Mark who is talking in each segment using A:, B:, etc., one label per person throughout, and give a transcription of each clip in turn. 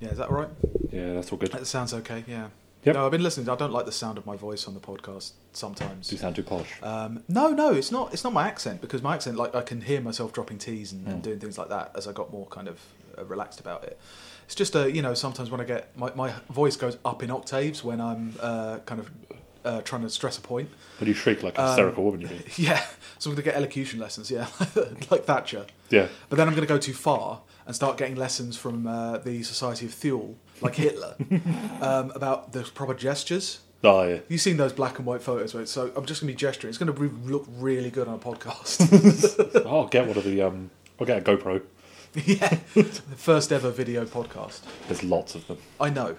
A: Yeah, is that all right?
B: Yeah, that's all good.
A: That sounds okay. Yeah.
B: Yep.
A: No, I've been listening. I don't like the sound of my voice on the podcast sometimes.
B: Do you sound too posh?
A: Um, no, no, it's not. It's not my accent because my accent, like, I can hear myself dropping T's and, and doing things like that as I got more kind of uh, relaxed about it. It's just a, you know, sometimes when I get my, my voice goes up in octaves when I'm uh, kind of uh, trying to stress a point.
B: But you shriek like a
A: Um,
B: hysterical woman, you mean?
A: Yeah, so I'm going to get elocution lessons. Yeah, like Thatcher.
B: Yeah.
A: But then I'm going to go too far and start getting lessons from uh, the Society of Thule, like Hitler, um, about the proper gestures.
B: Oh, yeah.
A: You've seen those black and white photos, right? So I'm just going to be gesturing. It's going to re- look really good on a podcast.
B: I'll get one of the. Um, I'll get a GoPro.
A: yeah, the first ever video podcast.
B: There's lots of them.
A: I know.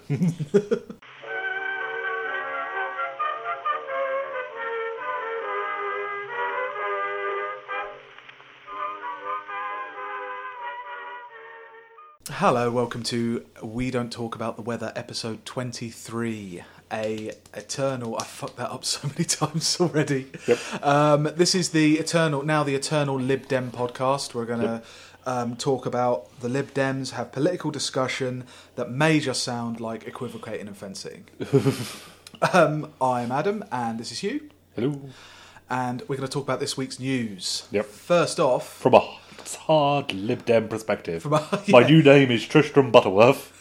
A: Hello, welcome to We Don't Talk About the Weather, episode 23. A eternal. I fucked that up so many times already.
B: Yep.
A: Um, this is the eternal, now the eternal Lib Dem podcast. We're going to
B: Yep.
A: um, talk about the Lib Dems, have political discussion that may just sound like equivocating and fencing. um, I'm Adam, and this is Hugh,
B: Hello.
A: and we're going to talk about this week's news.
B: Yep.
A: First off,
B: From a hard Lib Dem perspective.
A: From a-
B: My
A: yeah.
B: new name is Tristram Butterworth.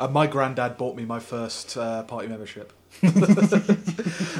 A: Uh, my granddad bought me my first uh, party membership.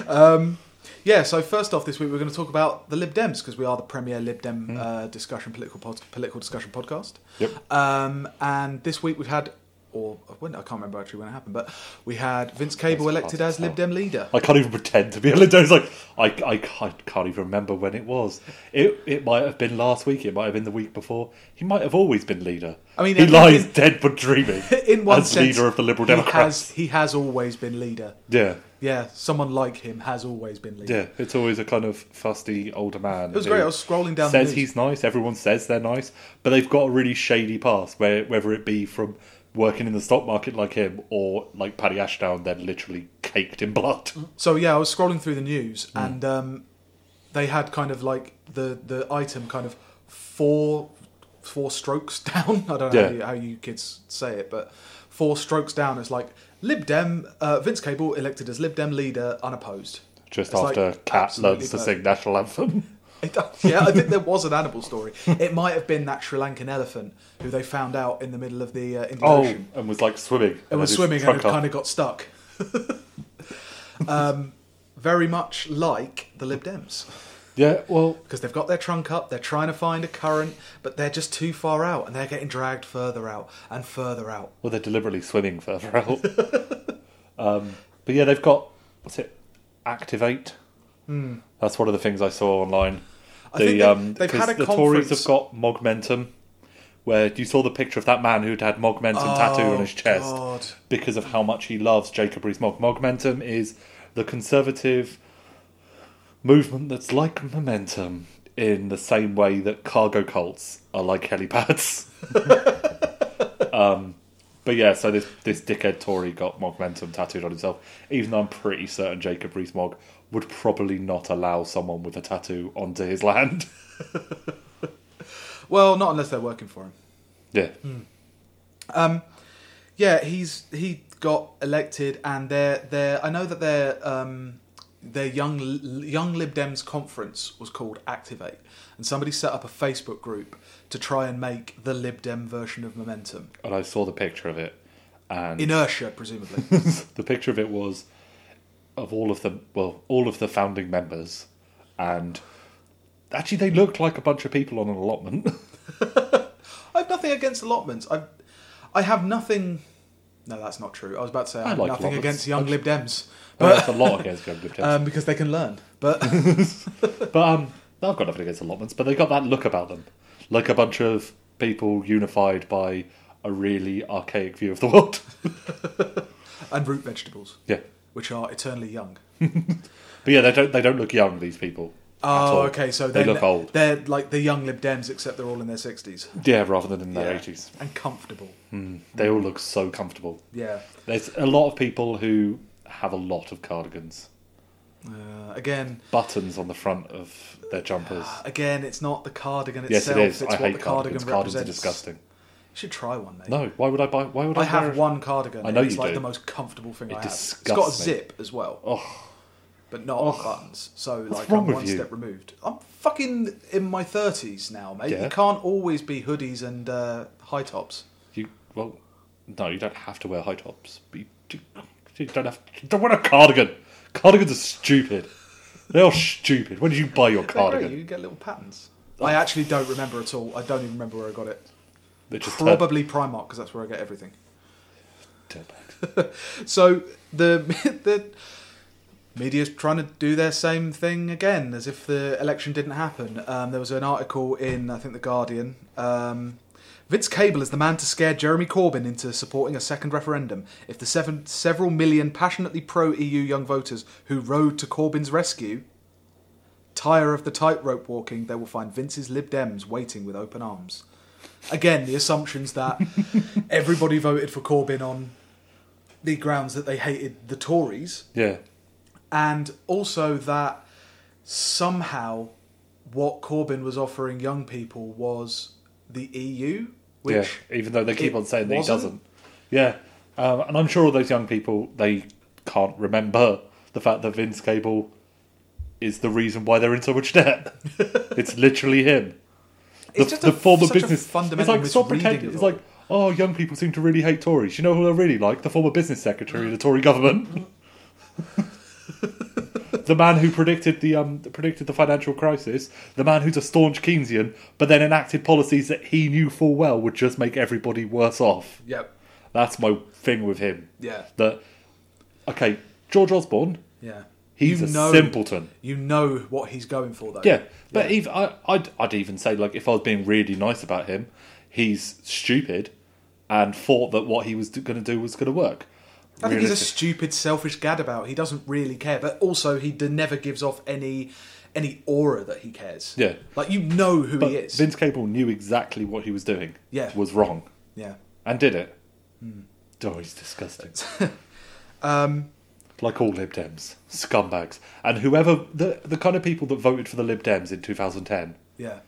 A: um, yeah, so first off this week we're going to talk about the Lib Dems because we are the premier Lib Dem uh, discussion political pod- political discussion podcast.
B: Mm-hmm. Yep.
A: Um, and this week we've had, or when I can't remember actually when it happened, but we had Vince Cable
B: That's
A: elected
B: hard
A: as
B: to
A: Lib
B: tell.
A: Dem leader.
B: I can't even pretend to be a Lib Dem. It's like, I, I, can't- I can't even remember when it was. It, it might have been last week. It might have been the week before. He might have always been leader.
A: I mean,
B: he
A: in-
B: lies dead but dreaming
A: In one
B: as
A: sense,
B: leader of the Liberal
A: he
B: Democrats.
A: has he has always been leader.
B: Yeah.
A: Yeah, someone like him has always been leader.
B: Yeah, it's always a kind of fusty older man.
A: It was
B: who
A: great. I was scrolling down. the
B: Says
A: news.
B: he's nice. Everyone says they're nice, but they've got a really shady past. Where whether it be from working in the stock market like him, or like Paddy Ashdown, then literally caked in blood.
A: So yeah, I was scrolling through the news,
B: Hmm.
A: and um, they had kind of like the the item kind of four four strokes down. I don't know
B: Yeah.
A: how, you, how you kids say it, but four strokes down. It's like Lib Dem uh, Vince Cable elected as Lib Dem leader unopposed.
B: Just
A: It's
B: after
A: like
B: Cat
A: absolutely
B: learns to
A: perfect.
B: sing national anthem.
A: It- yeah, I think there was an animal story. It might have been that Sri Lankan elephant who they found out in the middle of the uh, Indian
B: Oh,
A: Ocean.
B: and was like swimming.
A: It was swimming and it kind of got stuck. um, very much like the Lib Dems.
B: yeah. Well,
A: because they've got their trunk up, they're trying to find a current, but they're just too far out and they're getting dragged further out and further out.
B: Well, they're deliberately swimming further out. um, but yeah, they've got what's it? Activate. That's one of the things I saw online.
A: Hmm. I
B: The,
A: think they-
B: um,
A: they've
B: 'cause
A: had a
B: the
A: conference-
B: Tories have got Mogmentum, where you saw the picture of that man who'd had Mogmentum tattoo on his chest
A: God.
B: because of how much he loves Jacob Rees-Mogg. Mogmentum is the conservative movement that's like momentum in the same way that cargo cults are like helipads. um, but yeah, so this this dickhead Tory got Mogmentum tattooed on himself, even though I'm pretty certain Jacob Rees-Mogg would probably not allow someone with a tattoo onto his land.
A: Well, not unless they're working for him. Um,
B: yeah,
A: Yeah, he's he got elected, and their their I know that their um, their young young Lib Dems conference was called Activate, and somebody set up a Facebook group to try and make the Lib Dem version of Momentum
B: and I saw the picture of it, and
A: inertia, presumably.
B: the picture of it was of all of the well, all of the founding members, and actually they looked like a bunch of people on an allotment.
A: I've nothing against allotments. I I have nothing. No, that's not true. I was about to say I
B: I
A: have
B: like
A: nothing
B: allotments.
A: against young Lib Dems,
B: Well,
A: but
B: that's a lot against Graham Good
A: um, because they can learn. But
B: But um, I've got nothing against allotments, but they got that look about them, like a bunch of people unified by a really archaic view of the world.
A: and root vegetables,
B: yeah,
A: which are eternally young.
B: but yeah, they don't they don't look young. These people. at all.
A: Oh, okay. So
B: they
A: they're-
B: look old.
A: They're like the young Lib Dems, except they're all in their sixties.
B: Yeah, rather than in their eighties,
A: and comfortable.
B: they all look so comfortable.
A: Yeah.
B: There's a lot of people who have a lot of cardigans.
A: Uh, again,
B: buttons on the front of their jumpers.
A: again, it's not the cardigan
B: yes,
A: itself.
B: it is.
A: Ah, It's
B: I
A: what
B: hate
A: the
B: cardigans.
A: cardigan
B: Cardigans are
A: represents.
B: disgusting.
A: should try one, mate.
B: No, why would I buy? Why would
A: I
B: I, wear
A: have
B: it?
A: one cardigan.
B: I know
A: and it's
B: you
A: like
B: do.
A: the most comfortable thing
B: It
A: I have. It's
B: disgusts
A: got a
B: me.
A: zip as well,
B: Oh,
A: but not
B: Ugh.
A: buttons. So like
B: wrong
A: I'm
B: with
A: one
B: you?
A: step removed. I'm fucking in my thirties now, mate.
B: Yeah.
A: You can't always be hoodies and uh, high tops.
B: you well, no, you don't have to wear high tops. But you, do, you don't have. You don't wear a cardigan. Cardigans are stupid. They are stupid. When did you buy your
A: They're great,
B: cardigan?
A: You get little patterns. I actually don't remember at all. I don't even remember where I got it.
B: They just uh, turn-
A: Probably Primark because that's where I get everything.
B: turn back.
A: So the the media's trying to do their same thing again, as if the election didn't happen. Um, there was an article in I think the Guardian. Um, Vince Cable is the man to scare Jeremy Corbyn into supporting a second referendum. If the seven, several million passionately pro-EU young voters who rode to Corbyn's rescue tire of the tightrope walking, they will find Vince's Lib Dems waiting with open arms. Again, the assumptions that everybody voted for Corbyn on the grounds that they hated the Tories,
B: Yeah,
A: and also that somehow what Corbyn was offering young people was the EU, which
B: yeah. Even though they keep
A: it
B: on saying that he
A: wasn't.
B: doesn't. Yeah, um, and I'm sure all those young people they can't remember the fact that Vince Cable is the reason why they're in so much debt. it's literally him. The,
A: it's just
B: the
A: a,
B: form of
A: such a
B: business.
A: fundamental
B: it's like stop
A: misreading
B: pretending.
A: of
B: It's
A: all.
B: like oh, young people seem to really hate Tories. You know who they're really like? The former business secretary of the Tory government. the man who predicted the um, predicted the financial crisis, the man who's a staunch Keynesian, but then enacted policies that he knew full well would just make everybody worse off.
A: yep,
B: That's my thing with him.
A: yeah,
B: That okay, George Osborne,
A: yeah.
B: he's
A: you
B: a
A: know,
B: simpleton.
A: You know what he's going for, though.
B: Yeah, but even I, I'd, I'd even say like if I was being really nice about him, he's stupid, and thought that what he was going to do was going to work.
A: I think he's a
B: Realistic-
A: stupid, selfish gadabout. He doesn't really care, but also he d- never gives off any any aura that he cares.
B: Yeah.
A: like you know who
B: but
A: he is.
B: Vince Cable knew exactly what he was doing.
A: Yeah.
B: was wrong
A: yeah,
B: and did it. Oh, he's disgusting.
A: um,
B: like all Lib Dems, scumbags, and whoever the the kind of people that voted for the Lib Dems in 2010,
A: yeah,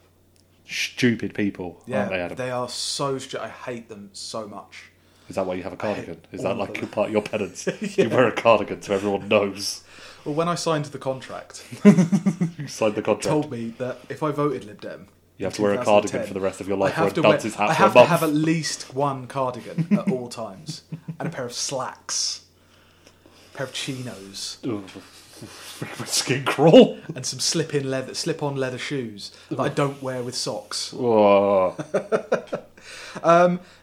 B: stupid people,
A: yeah.
B: aren't they, Adam?
A: they are so. Stu- I hate them so much.
B: Is that why you have a cardigan? Is
A: all
B: that
A: of
B: like
A: them.
B: your part of your penance? You wear a cardigan so everyone knows
A: Well, when I signed the contract,
B: you signed the contract.
A: told me that if I voted Lib Dem,
B: You have
A: in
B: to wear a cardigan
A: 2010,
B: for the rest of your
A: I
B: life, or
A: have
B: it
A: to, wear,
B: bounces his hat
A: I
B: for a
A: have, to
B: month.
A: have at least one cardigan at all times, and a pair of slacks, a pair of chinos,
B: Ugh. Skin crawl.
A: and some slip-in leather, slip-on leather shoes that I don't wear with socks.
B: Oh,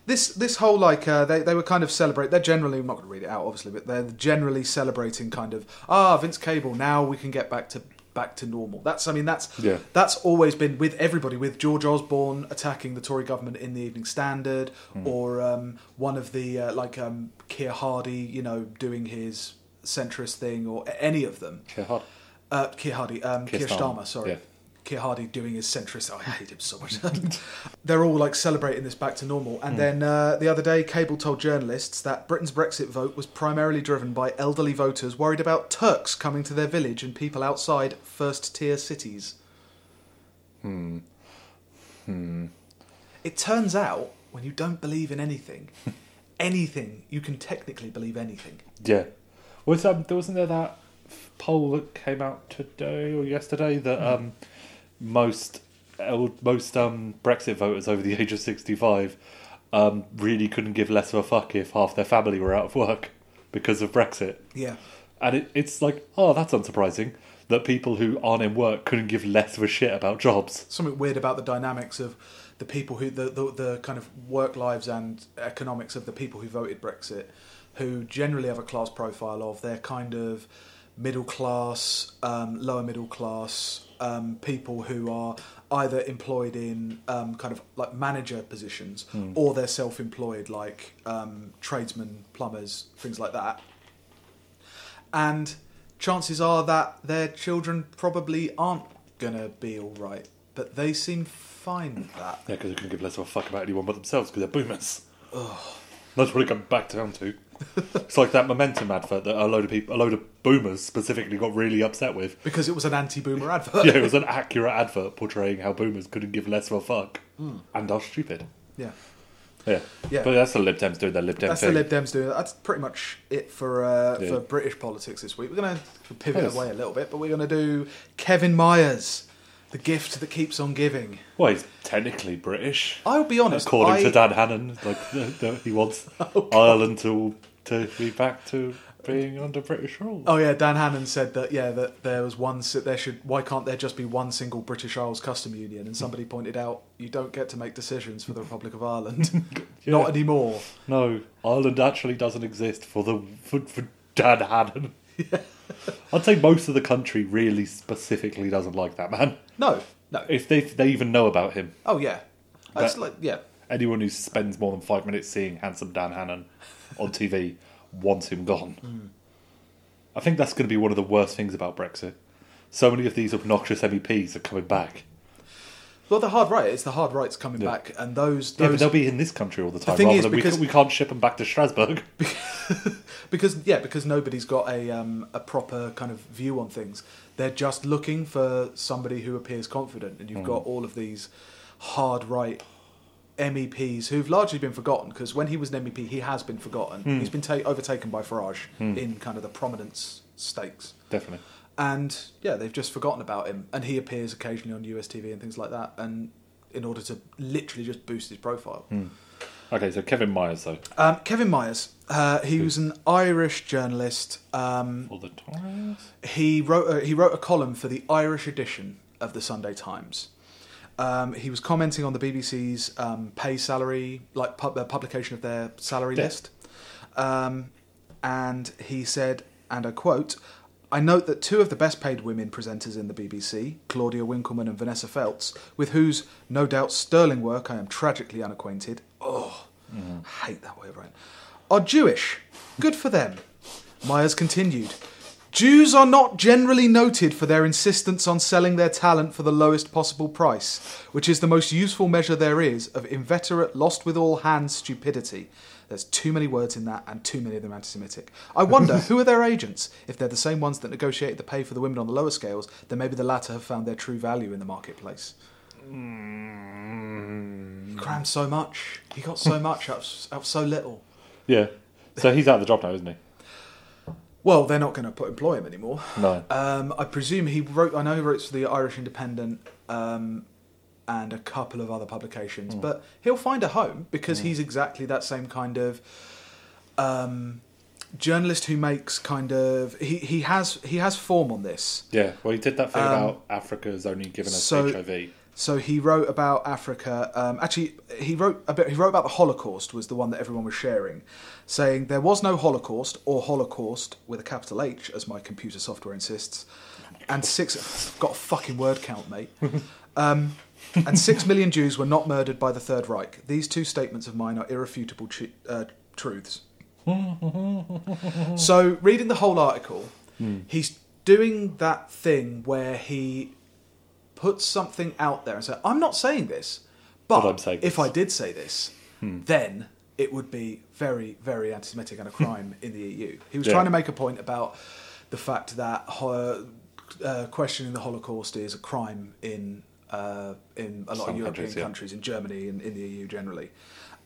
A: This this whole like uh, they they were kind of celebrate. They're generally I'm not going to read it out obviously, but they're generally celebrating kind of ah Vince Cable. Now we can get back to back to normal. That's I mean that's
B: Yeah.
A: that's always been with everybody with George Osborne attacking the Tory government in the Evening Standard or um, one of the uh, like um, Keir Hardy you know doing his centrist thing or a- any of them.
B: Keir Hard-
A: Uh, Keir Hardy, um,
B: Keir
A: Keir,
B: Starmer,
A: Starmer, sorry.
B: yeah.
A: Keir Hardy doing his centrist. Oh, I hate him so much. They're all like celebrating this back to normal. And then uh, the other day, Cable told journalists that Britain's Brexit vote was primarily driven by elderly voters worried about Turks coming to their village and people outside first tier cities. Hmm. Hmm. It turns out when you don't believe in anything, anything, you can technically believe anything.
B: Yeah. Was um there wasn't there that poll that came out today or yesterday
A: Hmm.
B: that um most el- most um Brexit voters over the age of sixty five um really couldn't give less of a fuck if half their family were out of work because of Brexit.
A: Yeah.
B: And it, it's like, oh, that's unsurprising that people who aren't in work couldn't give less of a shit about jobs.
A: something weird about the dynamics of the people who the, the the kind of work lives and economics of the people who voted Brexit, who generally have a class profile of they're kind of middle class, um, lower middle class um, people who are either employed in um, kind of like manager positions or they're self-employed like um, tradesmen, plumbers, things like that and chances are that their children probably aren't gonna be all right. But they seem fine with that.
B: Yeah, because they couldn't give less of a fuck about anyone but themselves because they're boomers. That's what it comes back down to. it's like that momentum advert that a load of people, a load of boomers specifically, got really upset with.
A: Because it was an anti-boomer advert.
B: Yeah, it was an accurate advert portraying how boomers couldn't give less of a fuck and are stupid.
A: Hmm. Yeah.
B: Yeah.
A: Yeah.
B: But that's the Lib Dems doing their Lib Dem
A: That's
B: thing.
A: the Lib Dems doing. That's pretty much it for uh,
B: Yeah.
A: for British politics this week. We're going to pivot
B: Yes.
A: away a little bit, but we're going to do Kevin Myers, the gift that keeps on giving.
B: well, he's technically British.
A: I'll be honest.
B: According
A: I,
B: to Dan Hannon, like the, the, he wants Ireland to to be back to being under British rule.
A: Oh yeah, Dan Hannon said that. Yeah, that there was one. si- There should. Why can't there just be one single British Isles custom union? And somebody pointed out you don't get to make decisions for the Republic of Ireland, not anymore.
B: No, Ireland actually doesn't exist for the for, for Dan Hannon. I'd say most of the country really specifically doesn't like that man.
A: No, no.
B: If they if they even know about him,
A: Oh yeah, it's
B: That-
A: like yeah.
B: anyone who spends more than five minutes seeing handsome Dan Hannon on TV wants him gone.
A: Hmm.
B: I think that's going to be one of the worst things about Brexit. So many of these obnoxious MEPs are coming back.
A: Well, the hard right. It's the hard right's coming
B: Yeah.
A: back, and those
B: Yeah, but
A: those
B: they'll be in this country all the time.
A: thing
B: rather
A: is,
B: than
A: because-
B: we, we can't ship them back to Strasbourg.
A: because yeah because nobody's got a um, a proper kind of view on things they're just looking for somebody who appears confident and you've got all of these hard right MEPs who've largely been forgotten because when he was an MEP he has been forgotten he's been ta- overtaken by Farage in kind of the prominence stakes
B: Definitely.
A: and yeah they've just forgotten about him and he appears occasionally on US TV and things like that and in order to literally just boost his profile
B: Okay, so Kevin Myers though.
A: um, Kevin Myers uh, he was an Irish journalist um,
B: All the Tories.
A: he wrote a, he wrote a column for the Irish edition of the Sunday Times. Um, he was commenting on the BBC's um, pay salary, like pub, uh, publication of their salary
B: Yeah.
A: list, um, and he said, and I quote. I note that two of the best paid women presenters in the BBC, Claudia Winkleman and Vanessa Feltz, with whose no doubt sterling work I am tragically unacquainted, oh, I hate that way of writing, are Jewish. Good for them. Myers continued Jews are not generally noted for their insistence on selling their talent for the lowest possible price, which is the most useful measure there is of inveterate, lost with all hands stupidity. There's too many words in that, and too many of them anti Semitic. I wonder who are their agents? If they're the same ones that negotiated the pay for the women on the lower scales, then maybe the latter have found their true value in the marketplace. He crammed so much. He got so much out of, out of so little.
B: Yeah. So he's out of the job now, isn't he?
A: Well, they're not going to put employ him anymore.
B: No.
A: Um, I presume he wrote. I know he wrote for the Irish Independent um, and a couple of other publications, but he'll find a home because he's exactly that same kind of um, journalist who makes kind of he, he has he has form on this.
B: Yeah. Well, he did that thing
A: Um,
B: about Africa's only given us
A: so-
B: HIV.
A: So he wrote about Africa. Um, actually, he wrote a bit. He wrote about the Holocaust was the one that everyone was sharing, saying there was no Holocaust or Holocaust with a capital H, as my computer software insists. And six got a fucking word count, mate. Um, and six million Jews were not murdered by the Third Reich. These two statements of mine are irrefutable chu- uh, truths. So, reading the whole article,
B: Hmm.
A: he's doing that thing where he puts something out there and says, I'm not saying this, but,
B: But I'm saying
A: if
B: this."
A: I did say this, then it would be very, very anti Semitic and a crime in the EU. He was
B: Yeah.
A: trying to make a point about the fact that ho- uh, questioning the Holocaust is a crime in, uh, in a lot
B: Some
A: of European
B: countries,
A: countries,
B: yeah.
A: in Germany and in the EU generally.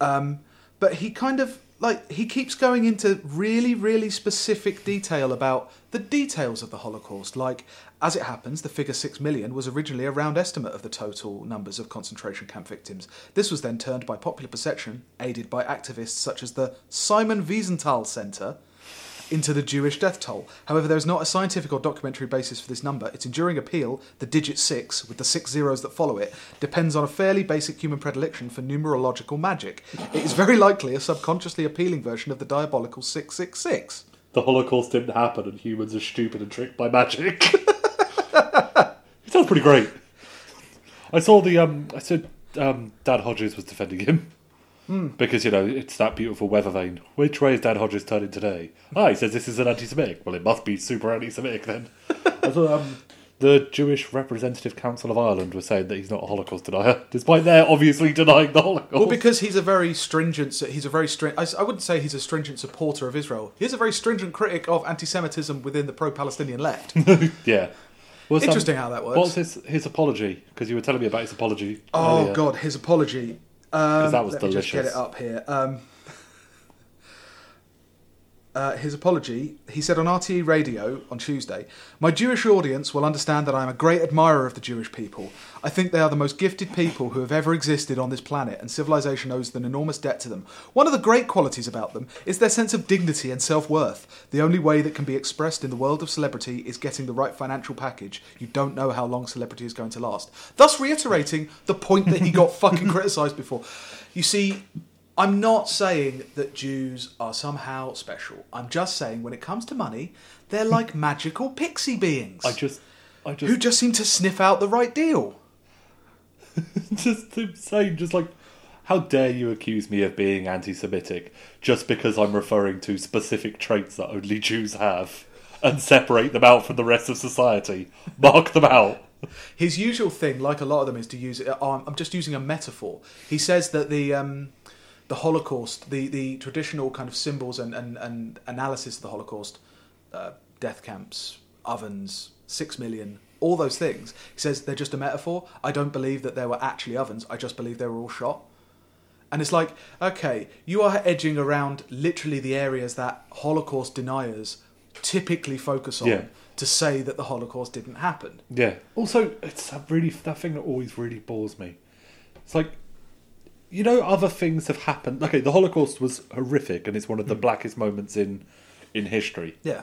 A: Um, but he kind of like he keeps going into really, really specific detail about the details of the Holocaust. Like, as it happens, the figure six million was originally a round estimate of the total numbers of concentration camp victims. This was then turned by popular perception, aided by activists such as the Simon Wiesenthal Center, into the Jewish death toll. However, there is not a scientific or documentary basis for this number. Its enduring appeal, the digit six, with the six zeros that follow it, depends on a fairly basic human predilection for numerological magic. It is very likely a subconsciously appealing version of the diabolical 666.
B: The Holocaust didn't happen, and humans are stupid and tricked by magic. it sounds pretty great. I saw the um. I said um. Dad Hodges was defending him because you know it's that beautiful weather vane. Which way is Dad Hodges turning today? Ah, he says this is an anti-Semitic. Well, it must be super anti-Semitic then. I thought um. The Jewish Representative Council of Ireland was saying that he's not a Holocaust denier, despite they're obviously denying the Holocaust.
A: Well, because he's a very stringent, he's a very stringent, I s- I wouldn't say he's a stringent supporter of Israel. He's a very stringent critic of anti Semitism within the pro Palestinian left.
B: Oh, yeah. Well, some-
A: Interesting how that works.
B: What's his his apology? Because you were telling me about his apology.
A: Oh
B: earlier.
A: God, his apology. Um,
B: that was
A: let me just get
B: delicious.
A: it up here. Um, uh, his apology. He said on RTE Radio on Tuesday, "My Jewish audience will understand that I am a great admirer of the Jewish people. I think they are the most gifted people who have ever existed on this planet, and civilization owes an enormous debt to them. One of the great qualities about them is their sense of dignity and self-worth. The only way that can be expressed in the world of celebrity is getting the right financial package. You don't know how long celebrity is going to last." Thus reiterating the point that he got fucking criticized before. You see, I'm not saying that Jews are somehow special. I'm just saying when it comes to money, they're like magical pixie beings
B: I just, I just,
A: who just seem to sniff out the right deal.
B: just insane. Just like, how dare you accuse me of being anti-Semitic just because I'm referring to specific traits that only Jews have and separate them out from the rest of society? Mark them out.
A: His usual thing, like a lot of them, is to use. Oh, I'm- I'm just using a metaphor. He says that the um, the Holocaust, the the traditional kind of symbols and and, and analysis of the Holocaust, uh, death camps, ovens, six million. All those things. He says they're just a metaphor. I don't believe that there were actually ovens. I just believe they were all shot. And it's like, okay, you are edging around literally the areas that Holocaust deniers typically focus on
B: Yeah.
A: to say that the Holocaust didn't happen.
B: Yeah. Also, it's that really that thing that always really bores me. It's like, you know, other things have happened. Okay, the Holocaust was horrific, and it's one of the blackest moments in in history.
A: Yeah.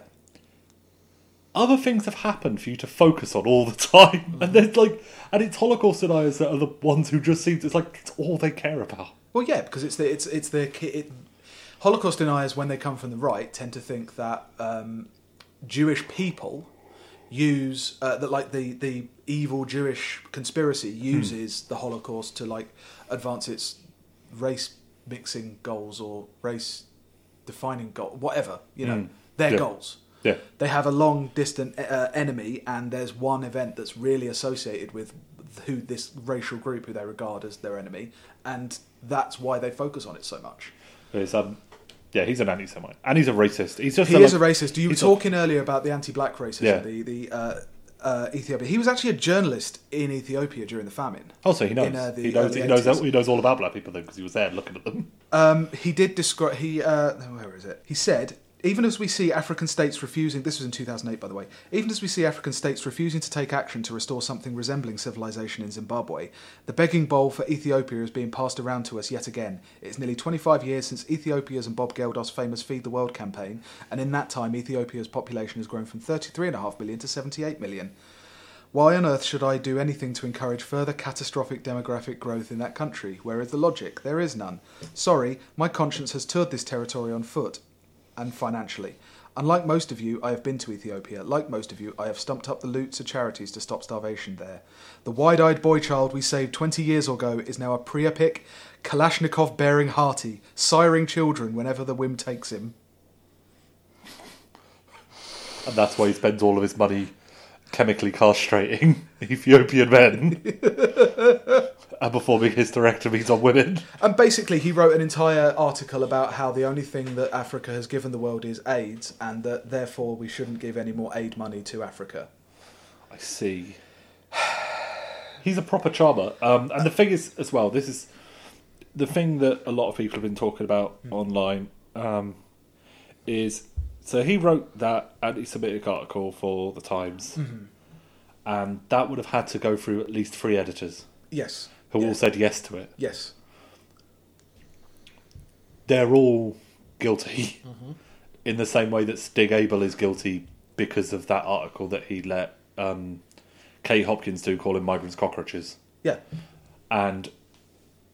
B: Other things have happened for you to focus on all the time, and there's like, and it's Holocaust deniers that are the ones who just seem to. It's like it's all they care about.
A: Well, yeah, because it's the it's it's the ki- it, Holocaust deniers when they come from the right tend to think that um, Jewish people use uh, that like the the evil Jewish conspiracy uses the Holocaust to like advance its race mixing goals or race defining goal whatever you know their
B: Yeah.
A: goals.
B: Yeah.
A: They have a long distant uh, enemy, and there's one event that's really associated with who this racial group who they regard as their enemy, and that's why they focus on it so much.
B: It's, um, yeah, he's an anti-Semite, and he's a racist. He's just
A: He
B: a,
A: is a
B: like-
A: racist. You were
B: he's a-
A: talking earlier about the anti-black racism,
B: Yeah.
A: the the uh, uh, Ethiopia. He was actually a journalist in Ethiopia during the famine.
B: Oh, so he knows.
A: in, uh, the
B: he knows. He
A: early
B: knows.
A: 80s.
B: He knows all about black people then because he was there looking at them.
A: Um, he did describe. He uh, where is it? He said. Even as we see African states refusing, this was in 2008, by the way, even as we see African states refusing to take action to restore something resembling civilization in Zimbabwe, the begging bowl for Ethiopia is being passed around to us yet again. It's nearly 25 years since Ethiopia's and Bob Geldof's famous Feed the World campaign, and in that time, Ethiopia's population has grown from 33.5 million to 78 million. Why on earth should I do anything to encourage further catastrophic demographic growth in that country? Where is the logic? There is none. Sorry, my conscience has toured this territory on foot and financially. Unlike most of you, I have been to Ethiopia. Like most of you, I have stumped up the loot to charities to stop starvation there. The wide eyed boy child we saved 20 years ago is now a Priapic, Kalashnikov bearing hearty, siring children whenever the whim takes him.
B: And that's why he spends all of his money chemically castrating Ethiopian men and performing hysterectomies on women.
A: And basically, he wrote an entire article about how the only thing that Africa has given the world is AIDS, and that therefore we shouldn't give any more aid money to Africa.
B: I see. He's a proper charmer. Um, and the thing is, as well, this is the thing that a lot of people have been talking about online um, is so he wrote that anti Semitic article for The Times, and that would have had to go through at least three editors
A: Yes.
B: who all
A: yes.
B: said yes to it.
A: Yes.
B: they're all guilty in the same way that Stig Abel is guilty because of that article that he let um, Kay Hopkins do calling migrants cockroaches.
A: Yeah.
B: And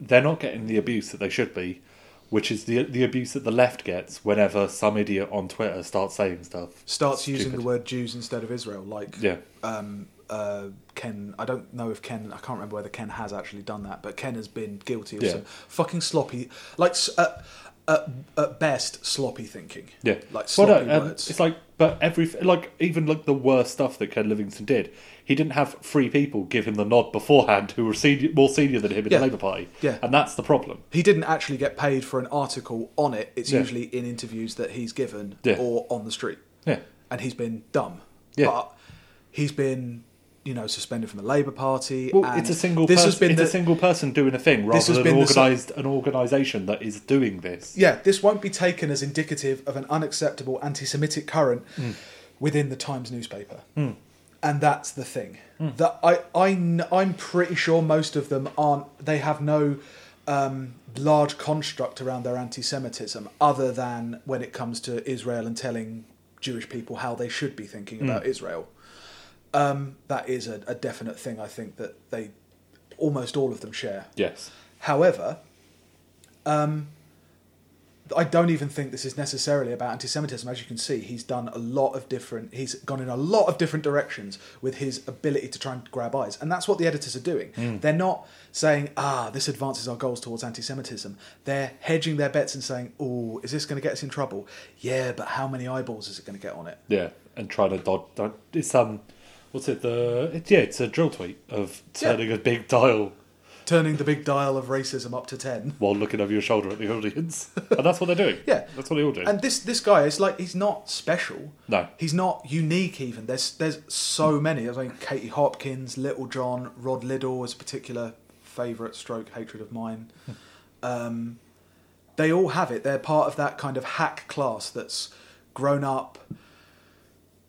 B: they're not getting the abuse that they should be, which is the the abuse that the left gets whenever some idiot on Twitter starts saying stuff.
A: Starts using the
B: Stupid.
A: word Jews instead of Israel, like
B: Yeah.
A: um, uh, Ken. I don't know if Ken. I can't remember whether Ken has actually done that, but Ken has been guilty of
B: Yeah.
A: some fucking sloppy, like s- at, at, at best sloppy thinking.
B: Yeah,
A: Like
B: Well,
A: sloppy
B: no, um,
A: words.
B: It's like, but every like even like the worst stuff that Ken Livingston did, he didn't have three people give him the nod beforehand who were senior, more senior than him in
A: Yeah.
B: the Labour Party.
A: Yeah.
B: and that's the problem.
A: he didn't actually get paid for an article on it. It's
B: Yeah.
A: usually in interviews that he's given
B: Yeah.
A: or on the street.
B: Yeah,
A: And he's been dumb.
B: Yeah.
A: But he's been you know, suspended from the Labour Party.
B: Well,
A: and
B: it's a single.
A: This
B: person,
A: has been
B: it's
A: the,
B: a single person doing a thing
A: This
B: rather
A: has
B: than an
A: been the si-
B: organised an organisation that is doing this.
A: yeah, this won't be taken as indicative of an unacceptable anti Semitic current within the Times newspaper. And that's the thing. That I, I, kn- I'm pretty sure most of them aren't, they have no um, large construct around their anti Semitism other than when it comes to Israel and telling Jewish people how they should be thinking about Israel. Um, that is a, a definite thing, I think, that they almost all of them share.
B: Yes.
A: However, um, I don't even think this is necessarily about anti-Semitism. As you can see, he's done a lot of different. He's gone in a lot of different directions with his ability to try and grab eyes, and that's what the editors are doing. They're not saying, "Ah, this advances our goals towards anti-Semitism." They're hedging their bets and saying, "Oh, is this going to get us in trouble?" Yeah, but how many eyeballs is it going to get on it?
B: Yeah, and trying to dodge. dodge- It's um, what's it? The it, yeah, it's a drill tweet of turning a big dial
A: Turning the big dial of racism up to ten.
B: while looking over your shoulder at the audience, and that's what they're doing.
A: Yeah.
B: that's what they all do.
A: And this this guy is like he's not special.
B: No.
A: he's not unique. Even there's there's so many. I mean, Katie Hopkins, Little John, Rod Liddell is a particular favourite stroke hatred of mine. Um, they all have it. They're part of that kind of hack class that's grown up.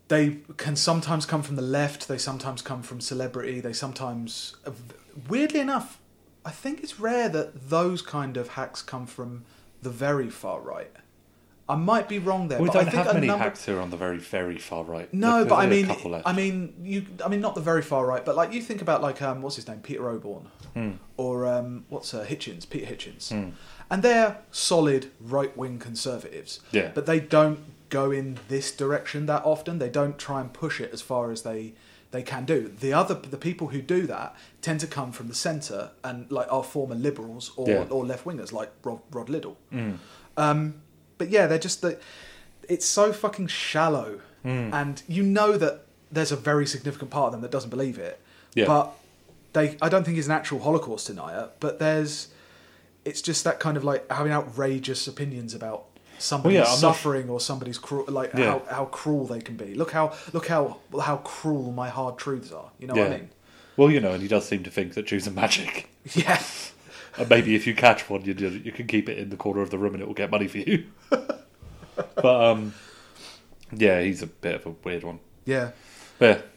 A: They can sometimes come from the left. They sometimes come from celebrity. They sometimes, weirdly enough, I think it's rare that those kind of hacks come from the very far right. I might be wrong there.
B: we
A: but I
B: don't
A: think
B: have
A: a
B: many
A: number-
B: hacks here on the very, very far right.
A: no,
B: There's
A: but I
B: only a
A: mean,
B: couple left.
A: I mean, you, I mean, not the very far right, but like you think about like um, what's his name, Peter Oborn,
B: Hmm.
A: or um, what's uh, Hitchens, Peter Hitchens, and they're solid right wing conservatives.
B: Yeah.
A: but they don't go in this direction that often. They don't try and push it as far as they they can do. The other the people who do that tend to come from the centre and like are former liberals or
B: Yeah. Hmm.
A: or left wingers like Rod, Rod Liddell. Um, but yeah, they're just that. It's so fucking shallow,
B: Hmm.
A: and you know that there's a very significant part of them that doesn't believe it.
B: Yeah.
A: But they, I don't think he's an actual Holocaust denier. But there's, it's just that kind of like having outrageous opinions about somebody's
B: Well, yeah, I'm not-
A: suffering or somebody's cruel, like
B: Yeah.
A: how, how cruel they can be. Look how look how how cruel my hard truths are. You know what I mean?
B: Well, you know, and he does seem to think that Jews are magic.
A: Yeah.
B: And maybe if you catch one, you do- you can keep it in the corner of the room and it will get money for you. but um, yeah, he's a bit of a weird one.
A: Yeah.
B: But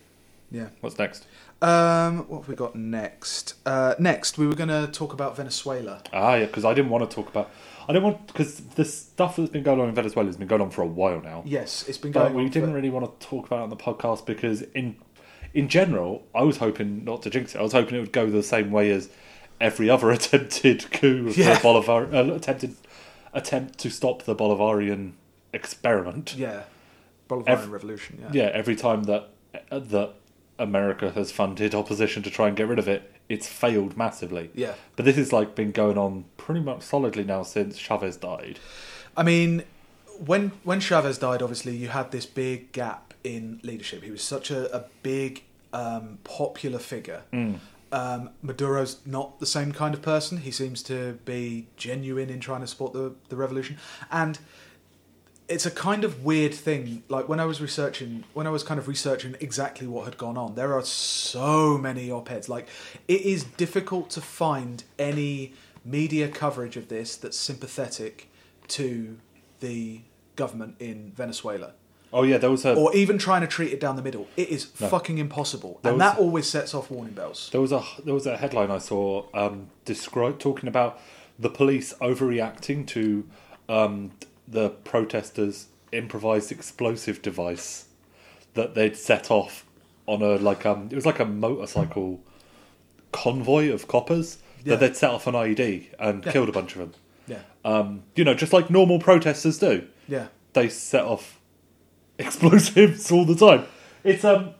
B: yeah,
A: Yeah.
B: what's next?
A: Um, what have we got next? Uh, next, we were going to talk about Venezuela.
B: Ah, yeah, because I didn't want to talk about. I didn't want because the stuff that's been going on in Venezuela has been going on for a while now.
A: Yes, it's been going.
B: but we
A: on
B: didn't
A: for-
B: really want to talk about it on the podcast because in in general, I was hoping not to jinx it. I was hoping it would go the same way as every other attempted coup of
A: Yeah.
B: the Bolivar uh, attempted attempt to stop the Bolivarian experiment.
A: Yeah, Bolivarian
B: Ev-
A: Revolution. Yeah.
B: Yeah, every time that uh, that America has funded opposition to try and get rid of it, it's failed massively.
A: Yeah.
B: But this has like been going on pretty much solidly now since Chavez died.
A: I mean, when when Chavez died, obviously you had this big gap in leadership. He was such a, a big um, popular figure.
B: Mm.
A: Um, Maduro's not the same kind of person. He seems to be genuine in trying to support the the revolution, and it's a kind of weird thing. Like when I was researching, when I was kind of researching exactly what had gone on, there are so many op-eds. Like it is difficult to find any media coverage of this that's sympathetic to the government in Venezuela,
B: Oh yeah, there was a
A: or even trying to treat it down the middle. It is fucking impossible, and
B: There was-
A: that always sets off warning bells.
B: There was a there was a headline I saw um, describe talking about the police overreacting to um, the protesters' improvised explosive device that they'd set off on a like um it was like a motorcycle convoy of coppers
A: Yeah.
B: that they'd set off an IED and killed a bunch of them.
A: Yeah,
B: Um, you know, just like normal protesters do
A: yeah.
B: they set off explosives all the time. It's um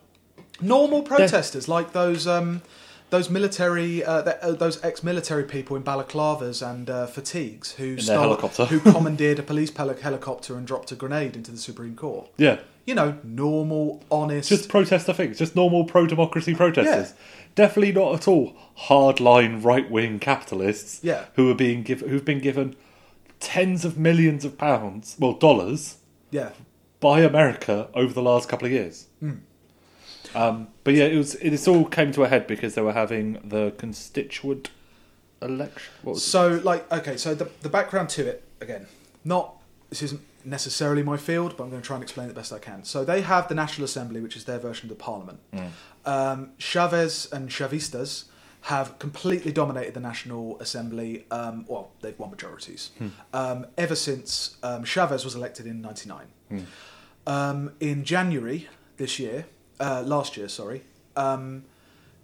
A: normal protesters like those um, those military uh, th- uh, those ex-military people in balaclavas and uh, fatigues who
B: their
A: stole,
B: helicopter.
A: who commandeered a police pel- helicopter and dropped a grenade into the Supreme Court.
B: yeah.
A: You know, normal, honest.
B: just protester things, just normal pro democracy protesters. Definitely not at all hardline right wing capitalists
A: Yeah.
B: who are being give, who've been given tens of millions of pounds, well dollars,
A: yeah,
B: Hmm. by America over the last couple of years. Um, but yeah, it was. It, this all came to a head because they were having the constituent election. What was
A: So, like, okay, so the, the background to it, again, not, this isn't necessarily my field, but I'm going to try and explain it the best I can. So, they have the National Assembly, which is their version of the parliament.
B: Mm.
A: Um, Chavez and Chavistas have completely dominated the National Assembly. Um, well, they've won majorities
B: Hmm.
A: um, ever since um, Chavez was elected in 99.
B: Hmm.
A: Um, in January this year, uh, last year, sorry, um,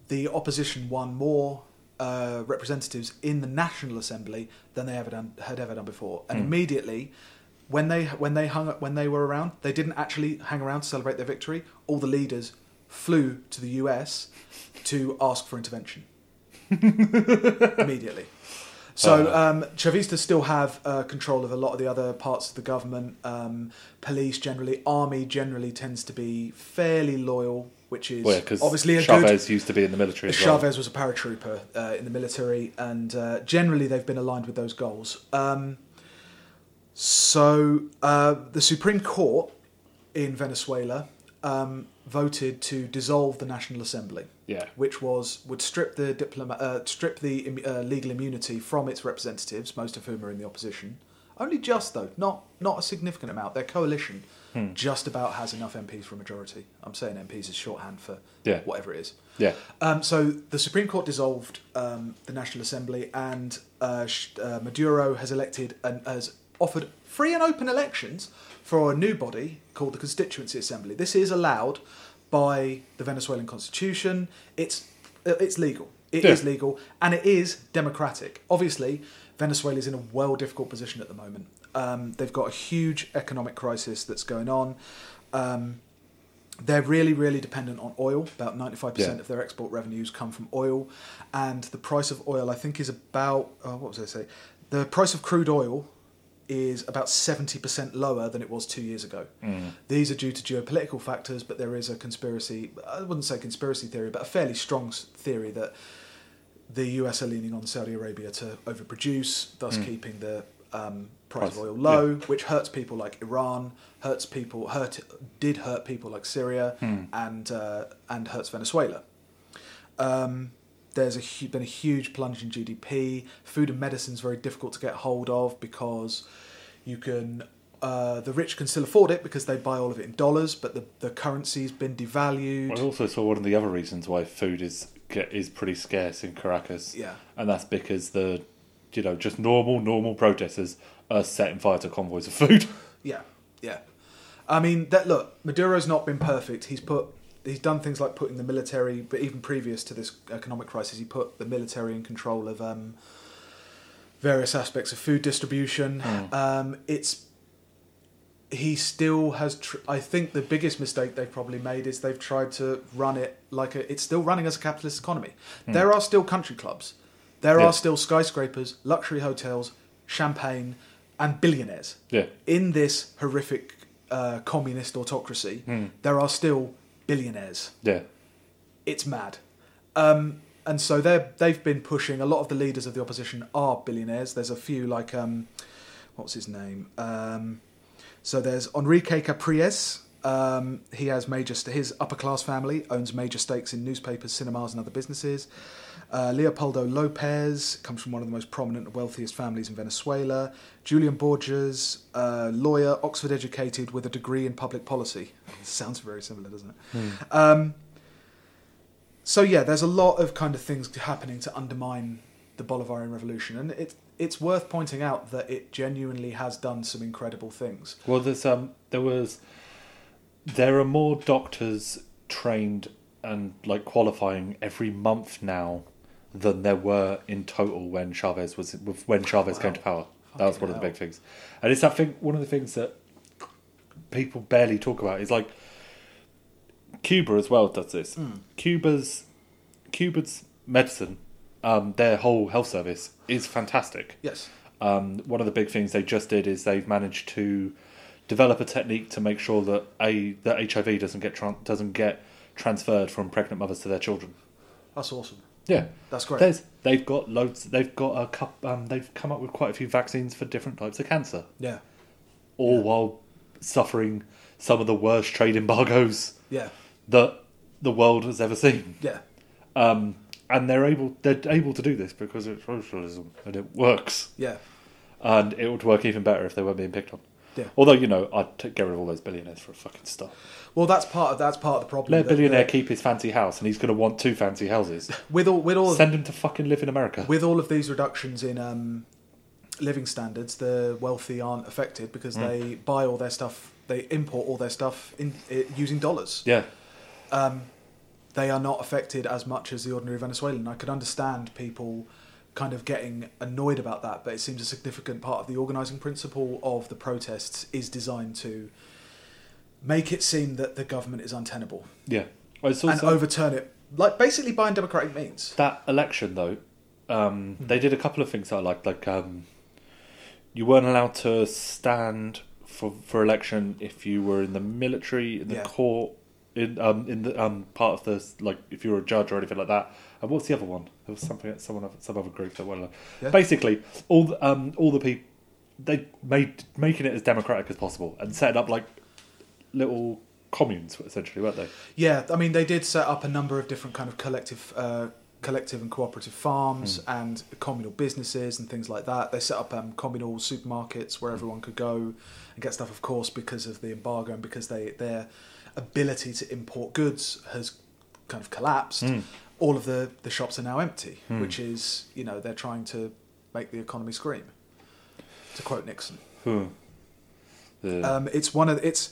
A: the opposition won more uh, representatives in the National Assembly than they ever done, had ever done before, and immediately. When they when they hung when they were around, they didn't actually hang around to celebrate their victory. All the leaders flew to the US to ask for intervention immediately. So um, Chavistas still have uh, control of a lot of the other parts of the government. Um, police generally, army generally tends to be fairly loyal, which is
B: well, because
A: obviously a good.
B: Chavez used to be in the military. As well.
A: Chavez was a paratrooper uh, in the military, and uh, generally they've been aligned with those goals. Um, so uh, the Supreme Court in Venezuela um, voted to dissolve the National Assembly,
B: Yeah.
A: which was would strip the diploma, uh, strip the im- uh, legal immunity from its representatives, most of whom are in the opposition. Only just though, not not a significant amount. Their coalition
B: Hmm.
A: just about has enough MPs for a majority. I'm saying MPs is shorthand for
B: Yeah.
A: whatever it is.
B: Yeah.
A: Um, so the Supreme Court dissolved um, the National Assembly, and uh, Sh- uh, Maduro has elected and has offered free and open elections for a new body called the Constituency Assembly. This is allowed by the Venezuelan Constitution. It's uh, it's legal. It is
B: Yeah.
A: legal, and it is democratic. Obviously, Venezuela is in a well difficult position at the moment. Um, they've got a huge economic crisis that's going on. Um, they're really, really dependent on oil. About 95%
B: Yeah.
A: of their export revenues come from oil. And the price of oil, I think, is about, oh, what was I say? The price of crude oil is about 70% lower than it was two years ago. These are due to geopolitical factors, but there is a conspiracy, I wouldn't say conspiracy theory, but a fairly strong s- theory that the US are leaning on Saudi Arabia to overproduce, thus keeping the um, price, of
B: Price,
A: oil low, which hurts people like Iran, hurts people, hurt did hurt people like Syria, and uh, and hurts Venezuela. Um, there's a, hu- been a huge plunge in GDP. Food and medicine's very difficult to get hold of because you can. Uh, the rich can still afford it because they buy all of it in dollars, but the, the currency's been devalued.
B: I also saw one of the other reasons why food is ge- is pretty scarce in Caracas.
A: Yeah.
B: and that's because the you know just normal normal protesters are setting fire to convoys of food.
A: Yeah, yeah. I mean, that look, Maduro's not been perfect. He's put, he's done things like putting the military, but even previous to this economic crisis, he put the military in control of um, various aspects of food distribution. Um, it's he still has. Tr- I think the biggest mistake they've probably made is they've tried to run it like a, it's still running as a capitalist economy. There are still country clubs, there
B: Yeah.
A: are still skyscrapers, luxury hotels, champagne, and billionaires
B: Yeah,
A: in this horrific uh, communist autocracy, there are still billionaires.
B: yeah,
A: It's mad. Um, and so they're, they've been pushing, a lot of the leaders of the opposition are billionaires. There's a few like, um, what's his name? Um, so there's Enrique Capriles. Um, he has major, st- his upper class family owns major stakes in newspapers, cinemas, and other businesses. Uh, Leopoldo Lopez comes from one of the most prominent and wealthiest families in Venezuela. Julian Borges, uh, lawyer, Oxford educated with a degree in public policy. Sounds very similar, doesn't it? Um, so yeah, there's a lot of kind of things happening to undermine the Bolivarian revolution, and it it's worth pointing out that it genuinely has done some incredible things.
B: Well, there's um, there was, there are more doctors trained and like qualifying every month now than there were in total when Chavez was when Chavez came to power. that was
A: Fucking
B: one of the
A: hell.
B: big things, and it's that thing. One of the things that people barely talk about is like Cuba as well does this.
A: Hmm.
B: Cuba's Cuba's medicine, um, their whole health service is fantastic
A: Yes,
B: um, one of the big things they just did is they've managed to develop a technique to make sure that a that HIV doesn't get tran doesn't get transferred from pregnant mothers to their children.
A: that's awesome.
B: Yeah,
A: That's great.
B: There's, they've got loads. They've got a cup. Um, they've come up with quite a few vaccines for different types of cancer,
A: yeah,
B: all while suffering some of the worst trade embargoes
A: yeah.
B: that the world has ever seen.
A: Yeah.
B: Um, and they're able they're able to do this because it's socialism and it works.
A: Yeah.
B: And it would work even better if they weren't being picked on.
A: Yeah.
B: Although you know, I'd t- get rid of all those billionaires for a fucking start.
A: Well, that's part of that's part of the problem.
B: Let a
A: that-
B: billionaire
A: that
B: keep his fancy house, and he's going to want two fancy houses.
A: with all with all
B: Send him to fucking live in America.
A: with all of these reductions in um, living standards, the wealthy aren't affected because they buy all their stuff, they import all their stuff in, i using dollars.
B: Yeah,
A: um, They are not affected as much as the ordinary Venezuelan. I could understand people kind of getting annoyed about that, but it seems a significant part of the organising principle of the protests is designed to make it seem that the government is untenable
B: yeah. It's
A: and
B: also
A: overturn it, like basically by democratic means.
B: that election though. Um,
A: Hmm.
B: they did a couple of things that I liked, like um, you weren't allowed to stand for for election if you were in the military, in the
A: Yeah.
B: court, in um, in the um, part of the s- like if you were a judge or anything like that. And what's the other one? There was something, someone, some other group that went along.
A: Yeah.
B: Basically, all the, um, all the people they made making it as democratic as possible and setting up like little communes essentially, weren't they?
A: Yeah, I mean, they did set up a number of different kind of collective, uh, collective and cooperative farms and communal businesses and things like that. They set up um, communal supermarkets where everyone could go and get stuff. Of course, because of the embargo and because they their ability to import goods has kind of collapsed. All of the the shops are now empty, which is you know they're trying to make the economy scream. To quote Nixon.
B: Hmm. The-
A: Um, it's one of it's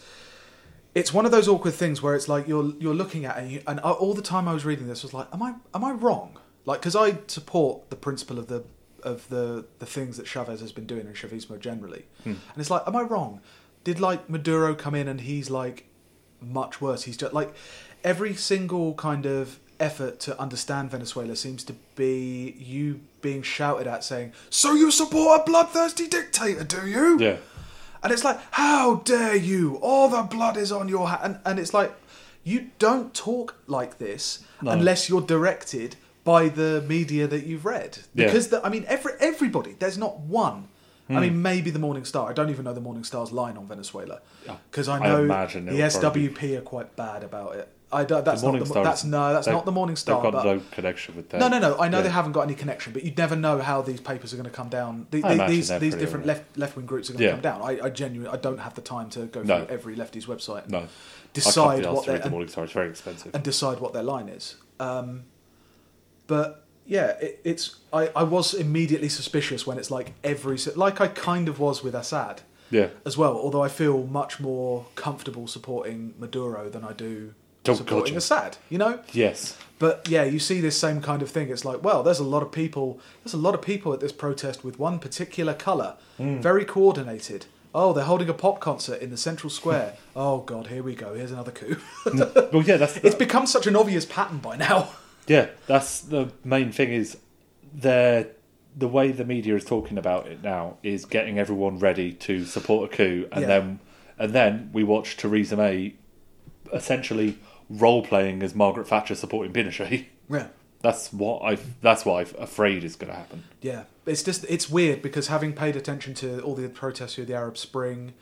A: it's one of those awkward things where it's like you're you're looking at it and, you, and I, all the time I was reading this was like, am I am I wrong? Like because I support the principle of the of the the things that Chavez has been doing in Chavismo generally, and it's like, am I wrong? Did like Maduro come in and he's like much worse? He's just like every single kind of effort to understand Venezuela seems to be you being shouted at saying, "So you support a bloodthirsty dictator, do you?"
B: yeah.
A: And it's like, how dare you? All the blood is on your hand. And, and it's like, you don't talk like this
B: No.
A: unless you're directed by the media that you've read.
B: Yeah.
A: Because, the, I mean, every, everybody, there's not one. I
B: Hmm.
A: mean, maybe the Morning Star. I don't even know the Morning Star's line on Venezuela. Because I
B: I
A: know
B: imagine it
A: the
B: would probably
A: SWP are quite bad about it. I don't, that's not
B: Morning
A: the,
B: Star.
A: that's no, that's
B: they've-
A: not the Morning Star.
B: They've got
A: but
B: no connection with that.
A: no, no, no. I know
B: Yeah.
A: they haven't got any connection, but you never know how these papers are going to come down. The,
B: I
A: the-
B: imagine
A: these
B: they're
A: these
B: pretty
A: different
B: aware.
A: left left wing groups are going to
B: Yeah.
A: come down. I, I genuinely I don't have the time to go through
B: No.
A: every lefty's website and
B: No. I can't be
A: decide
B: asked
A: what
B: to
A: their
B: read the
A: and,
B: Morning Star. It's very expensive.
A: and decide what their line is. Um, but yeah, it, it's I, I was immediately suspicious when it's like every si- like I kind of was with Assad
B: yeah.
A: as well. Although I feel much more comfortable supporting Maduro than I do
B: God,
A: supporting
B: yeah.
A: Assad. You know.
B: Yes.
A: But yeah, you see this same kind of thing. It's like, well, there's a lot of people. There's a lot of people at this protest with one particular color, very coordinated. Oh, they're holding a pop concert in the central square. oh God, here we go. Here's another coup.
B: Well, yeah, that's
A: it's become such an obvious pattern by now.
B: yeah. That's the main thing is the the way the media is talking about it now is getting everyone ready to support a coup, and
A: Yeah.
B: then and then we watch Theresa May essentially role playing as Margaret Thatcher supporting Pinochet.
A: Yeah,
B: That's what I. That's what I'm afraid is going to happen.
A: yeah. It's just it's weird because having paid attention to all the protests through the Arab Spring,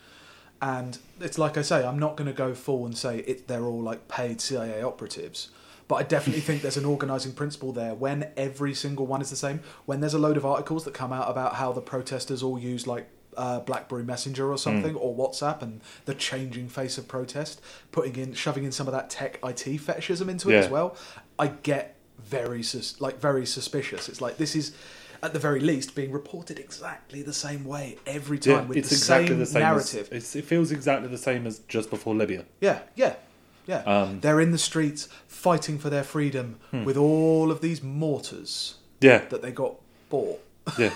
A: and it's like I say, I'm not going to go full and say it, they're all like paid CIA operatives. But I definitely think there's an organising principle there. When every single one is the same, when there's a load of articles that come out about how the protesters all use like uh, BlackBerry Messenger or something or WhatsApp and the changing face of protest, putting in shoving in some of that tech IT fetishism into it as
B: Yeah.
A: well, I get very sus- like very suspicious. It's like this is. At the very least, being reported exactly the same way every time with the, same
B: as-
A: narrative.
B: it's, it feels exactly the same as just before Libya.
A: Yeah, yeah, yeah.
B: Um,
A: They're in the streets fighting for their freedom
B: Hmm.
A: with all of these mortars
B: Yeah,
A: that they got bought.
B: yeah.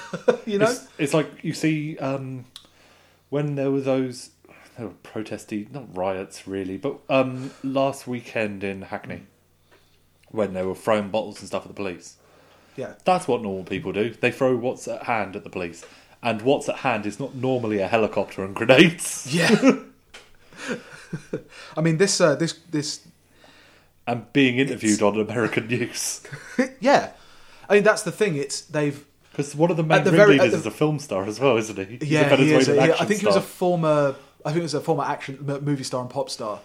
A: you know?
B: It's, it's like you see um, when there were those they were protesty, not riots really, but um, last weekend in Hackney when they were throwing bottles and stuff at the police.
A: yeah,
B: That's what normal people do. They throw what's at hand at the police, and what's at hand is not normally a helicopter and grenades.
A: yeah. I mean, this, uh, this, this.
B: And being interviewed on American news
A: yeah, I mean that's the thing. It's they've.
B: because one of the main
A: At the
B: ringleaders
A: very- at the-
B: is a film star as well, isn't he? He's a
A: Yeah, he is.
B: Venezuelan
A: yeah, I
B: action
A: think he was a
B: star.
A: former. I think it was a former action m- movie star and pop star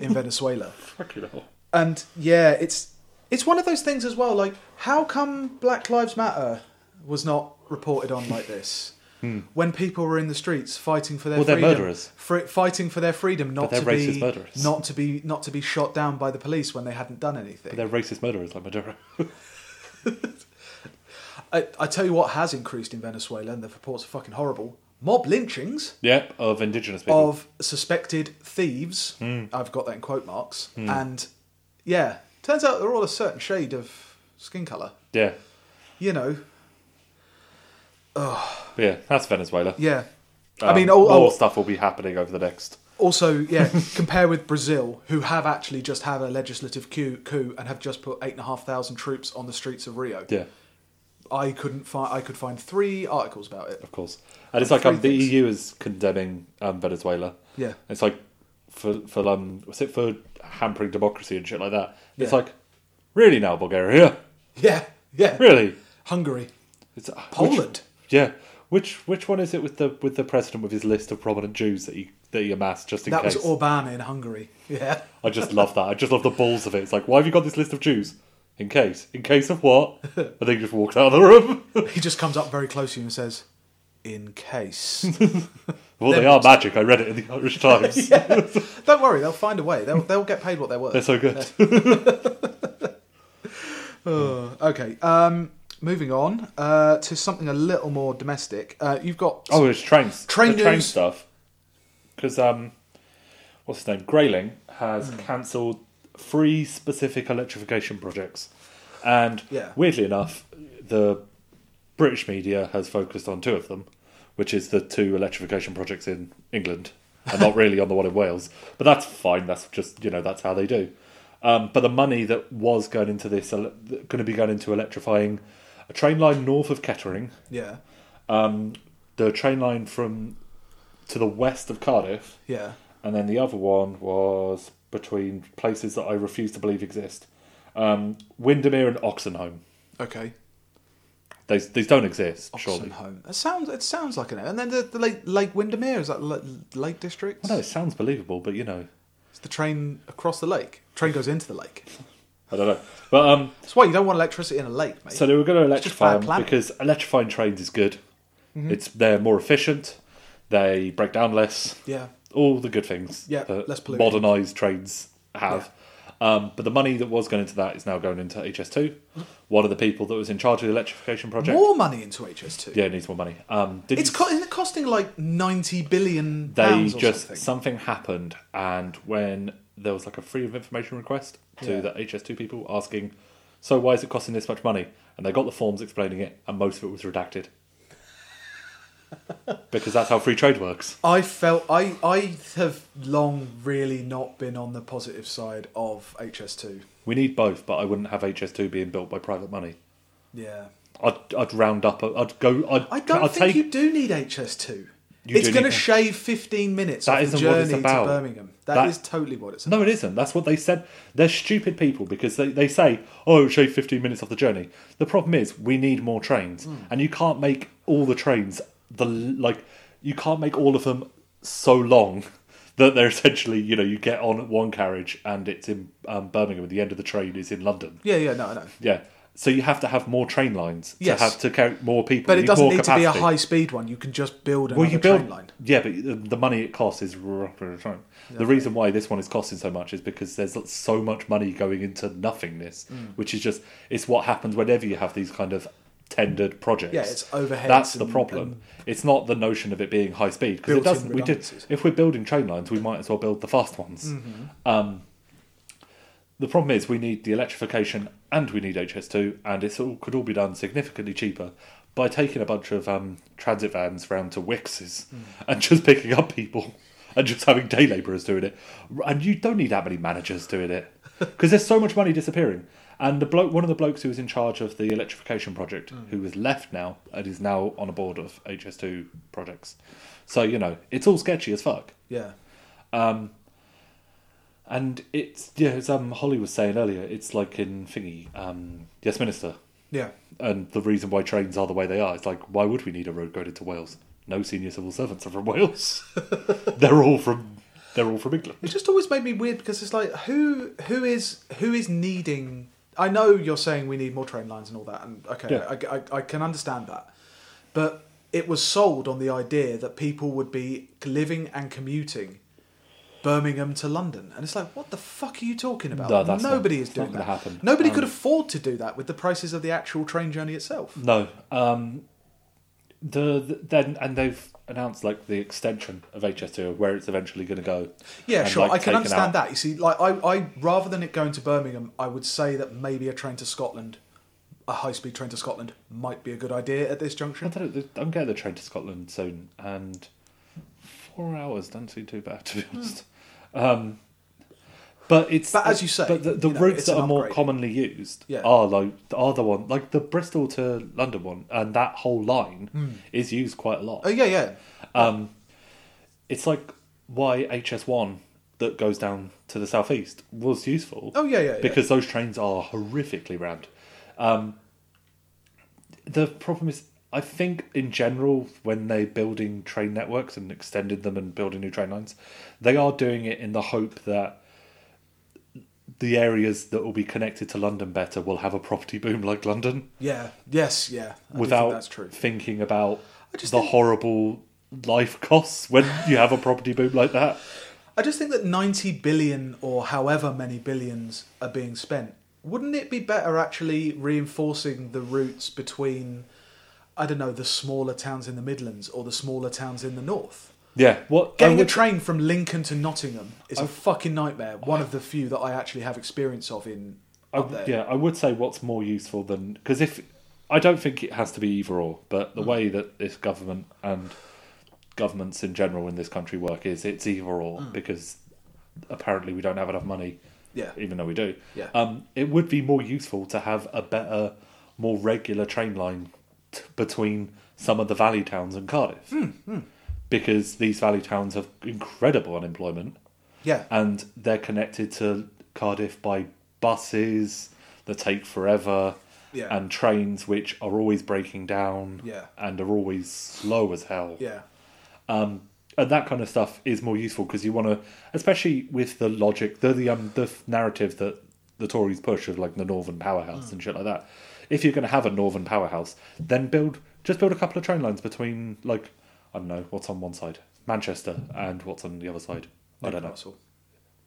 A: in Venezuela.
B: Fucking hell.
A: and yeah, it's it's one of those things as well. Like, how come Black Lives Matter was not reported on like this? When people were in the streets fighting for their
B: Hmm. Well, they're
A: freedom,
B: murderers.
A: fr- fighting for their freedom, not
B: they're
A: to
B: racist
A: be
B: murderers.
A: not to be not to be shot down by the police when they hadn't done anything.
B: They're racist murderers like Maduro.
A: I, I tell you what has increased in Venezuela, and the reports are fucking horrible. Mob lynchings
B: yeah, of Hmm. indigenous people.
A: of suspected thieves. I've got that in quote marks.
B: Hmm.
A: And yeah, turns out they're all a certain shade of skin color.
B: yeah.
A: You know,
B: Yeah, that's Venezuela.
A: yeah. I
B: Um,
A: mean, oh, all,
B: more
A: all,
B: stuff will be happening over the next.
A: also, yeah. compare with Brazil, who have actually just had a legislative coup, coup and have just put eight and a half thousand troops on the streets of Rio.
B: Yeah,
A: I couldn't find. I could find three articles about it.
B: of course. And it's like um, the
A: Three things.
B: EU is condemning um, Venezuela.
A: Yeah.
B: It's like for for um was it for hampering democracy and shit like that. It's
A: Yeah.
B: like really now Bulgaria,
A: Yeah, yeah.
B: really.
A: Hungary,
B: It's uh, which-
A: Poland.
B: yeah. Which which one is it with the with the president with his list of prominent Jews that he that he amassed just in
A: That
B: case?
A: was Orban in Hungary. Yeah.
B: I just love that. I just love the balls of it. It's like, why have you got this list of Jews? In case. In case of what? And then he just walked out of the room.
A: He just comes up very close to you and says, In case.
B: well, they
A: They're-
B: are magic. I read it in the Irish Times.
A: Don't worry, they'll find a way. They'll, they'll get paid what they're
B: They're
A: worth.
B: so good.
A: Oh, okay, um, moving on uh, to something a little more domestic. Uh, you've got.
B: Oh, it's trains.
A: Train
B: the train
A: news.
B: stuff. Because um, what's his name? Grayling has
A: Hmm.
B: cancelled three specific electrification projects, and
A: Yeah.
B: weirdly enough, the British media has focused on two of them, which is the two electrification projects in England, and not really on the one in Wales. But that's fine. That's just you know that's how they do. Um, but the money that was going into this, ele- going to be going into electrifying a train line north of Kettering,
A: Yeah,
B: the train line from to the west of Cardiff,
A: yeah.
B: and then the other one was between places that I refuse to believe exist, um, Windermere and Oxenholm.
A: Okay.
B: These these don't exist, surely.
A: Oxenholm. It sounds, it sounds like an. And then the, the Lake, Lake Windermere, is that Lake, lake District?
B: No, it sounds believable, but you know,
A: It's the train across the lake. Train goes into the lake.
B: I don't know. But um,
A: That's why you don't want electricity in a lake, mate.
B: so they were going to
A: just
B: electrify
A: bad Mm-hmm.
B: them
A: planning.
B: because electrifying trains is good. It's they're more efficient, they break down less.
A: yeah.
B: all the good things
A: Yeah,
B: that
A: less pollution.
B: modernised trains have. Um, but the money that was going into that is now going into HS2. One of the people that was in charge of the electrification project.
A: More money into HS2.
B: Yeah, needs more money. Um, didn't-
A: It's co- isn't it costing like 90 billion
B: they
A: pounds or
B: just
A: something?
B: something. happened, and when there was like a freedom of information request to
A: Yeah.
B: the HS2 people asking, so why is it costing this much money? And they got the forms explaining it, and most of it was redacted. because that's how free trade works.
A: I felt I I have long really not been on the positive side of HS2.
B: We need both, but I wouldn't have HS2 being built by private money.
A: Yeah,
B: I'd, I'd round up. I'd go. I'd,
A: I don't
B: I'd
A: think
B: take,
A: you do need HS2.
B: You
A: it's
B: do
A: going to
B: need-
A: shave 15 minutes
B: That
A: off the
B: isn't what it's
A: journey
B: about.
A: to Birmingham.
B: That-
A: that is totally what it's about.
B: No, it isn't. That's what they said. They're stupid people because they, they say, "Oh, it'll shave fifteen minutes off the journey." The problem is, we need more trains,
A: Hmm.
B: and you can't make all the trains the like. You can't make all of them so long that they're essentially, you know, you get on at one carriage and it's in um, Birmingham, and the end of the train is in London.
A: Yeah, yeah, no, I know.
B: Yeah. So you have to have more train lines to
A: Yes.
B: have to carry more people.
A: But
B: You
A: it doesn't
B: more
A: need to be
B: capacity.
A: a high speed one. You can just build another
B: Well, you build,
A: train line.
B: yeah, but the- the money it costs is r- r- r- the reason why this one is costing so much is because there's so much money going into nothingness,
A: Mm.
B: which is just it's what happens whenever you have these kind of tendered projects.
A: Yeah, it's overheads
B: That's the
A: and-
B: problem. it's not the notion of it being high speed because it
A: Built-in
B: doesn't. We did
A: redundancies. Mm-hmm.
B: if we're building train lines, we might as well build the fast ones. Um, the problem is we need the electrification and we need HS2, and it's all could all be done significantly cheaper by taking a bunch of um, transit vans round to Wix's and just picking up people and just having day labourers doing it. And you don't need that many managers doing it because there's so much money disappearing. And the bloke, one of the blokes who was in charge of the electrification project, who has left now and is now on a board of HS2 projects. So you know it's all sketchy as fuck.
A: Yeah,
B: And it's yeah, as um Holly was saying earlier, it's like in thingy, um, Yes Minister,
A: yeah,
B: and the reason why trains are the way they are. It's like why would we need a road going into Wales? No senior civil servants are from Wales. They're all from They're all from England.
A: It just always made me weird because it's like who who is who is needing. I know you're saying we need more train lines and all that, and okay,
B: Yeah.
A: I, I- I can understand that, but it was sold on the idea that people would be living and commuting Birmingham to London, and it's like, what the fuck are you talking about?
B: No, that's not-
A: Nobody is
B: it's not
A: doing that.
B: gonna happen.
A: Nobody
B: Um,
A: could afford to do that with the prices of the actual train journey itself.
B: No. Um, the, the then and they've announced like the extension of HS2 where it's eventually going to go.
A: Yeah,
B: and,
A: sure.
B: like,
A: I can
B: taken
A: understand
B: out.
A: that. You see, like I, I rather than it going to Birmingham, I would say that maybe a train to Scotland, a high speed train to Scotland, might be a good idea at this
B: I
A: junction.
B: don't know, I'm getting the train to Scotland soon, and four hours doesn't seem too bad to be honest. Um, but it's
A: Hmm. But as you say,
B: but the, the
A: you know,
B: routes
A: it's
B: that
A: an
B: are more
A: upgrade.
B: commonly used
A: Yeah.
B: are like are the one like the Bristol to London one, and that whole line is used quite a lot.
A: Hmm. Oh yeah, yeah.
B: It's like why HS1 that goes down to the southeast was useful.
A: Oh, yeah, yeah, yeah.
B: Because those trains are horrifically rammed. Um, the problem is, I think in general, when they're building train networks and extending them and building new train lines, they are doing it in the hope that the areas that will be connected to London better will have a property boom like London
A: Yeah. Yes. Yeah. I do think
B: without
A: that's true.
B: thinking about
A: I just
B: the
A: think-
B: horrible life costs when you have a property boom like that.
A: I just think that ninety billion or however many billions are being spent. Wouldn't it be better actually reinforcing the routes between, I don't know, the smaller towns in the Midlands or the smaller towns in the north?
B: Yeah, what I
A: Getting a
B: would-
A: train from Lincoln to Nottingham is a fucking nightmare. One of the few that I actually have experience of in
B: I-
A: up there.
B: yeah, I would say what's more useful than because if I don't think it has to be either or, but the
A: Mm.
B: way that this government and governments in general in this country work is it's either or
A: Mm.
B: because apparently we don't have enough money,
A: Yeah.
B: even though we do.
A: Yeah.
B: Um, it would be more useful to have a better, more regular train line t- between some of the valley towns and Cardiff,
A: Hmm,
B: because these valley towns have incredible unemployment
A: Yeah.
B: and they're connected to Cardiff by buses that take forever
A: Yeah.
B: and trains which are always breaking down
A: Yeah.
B: and are always slow as hell.
A: yeah.
B: And that kind of stuff is more useful because you want to, especially with the logic, the the, um, the narrative that the Tories push of like the Northern powerhouse
A: Mm.
B: and shit like that. If you're going to have a Northern powerhouse, then build just build a couple of train lines between like I don't know what's on one side, Manchester, and what's on the other side. I don't know.
A: Newcastle.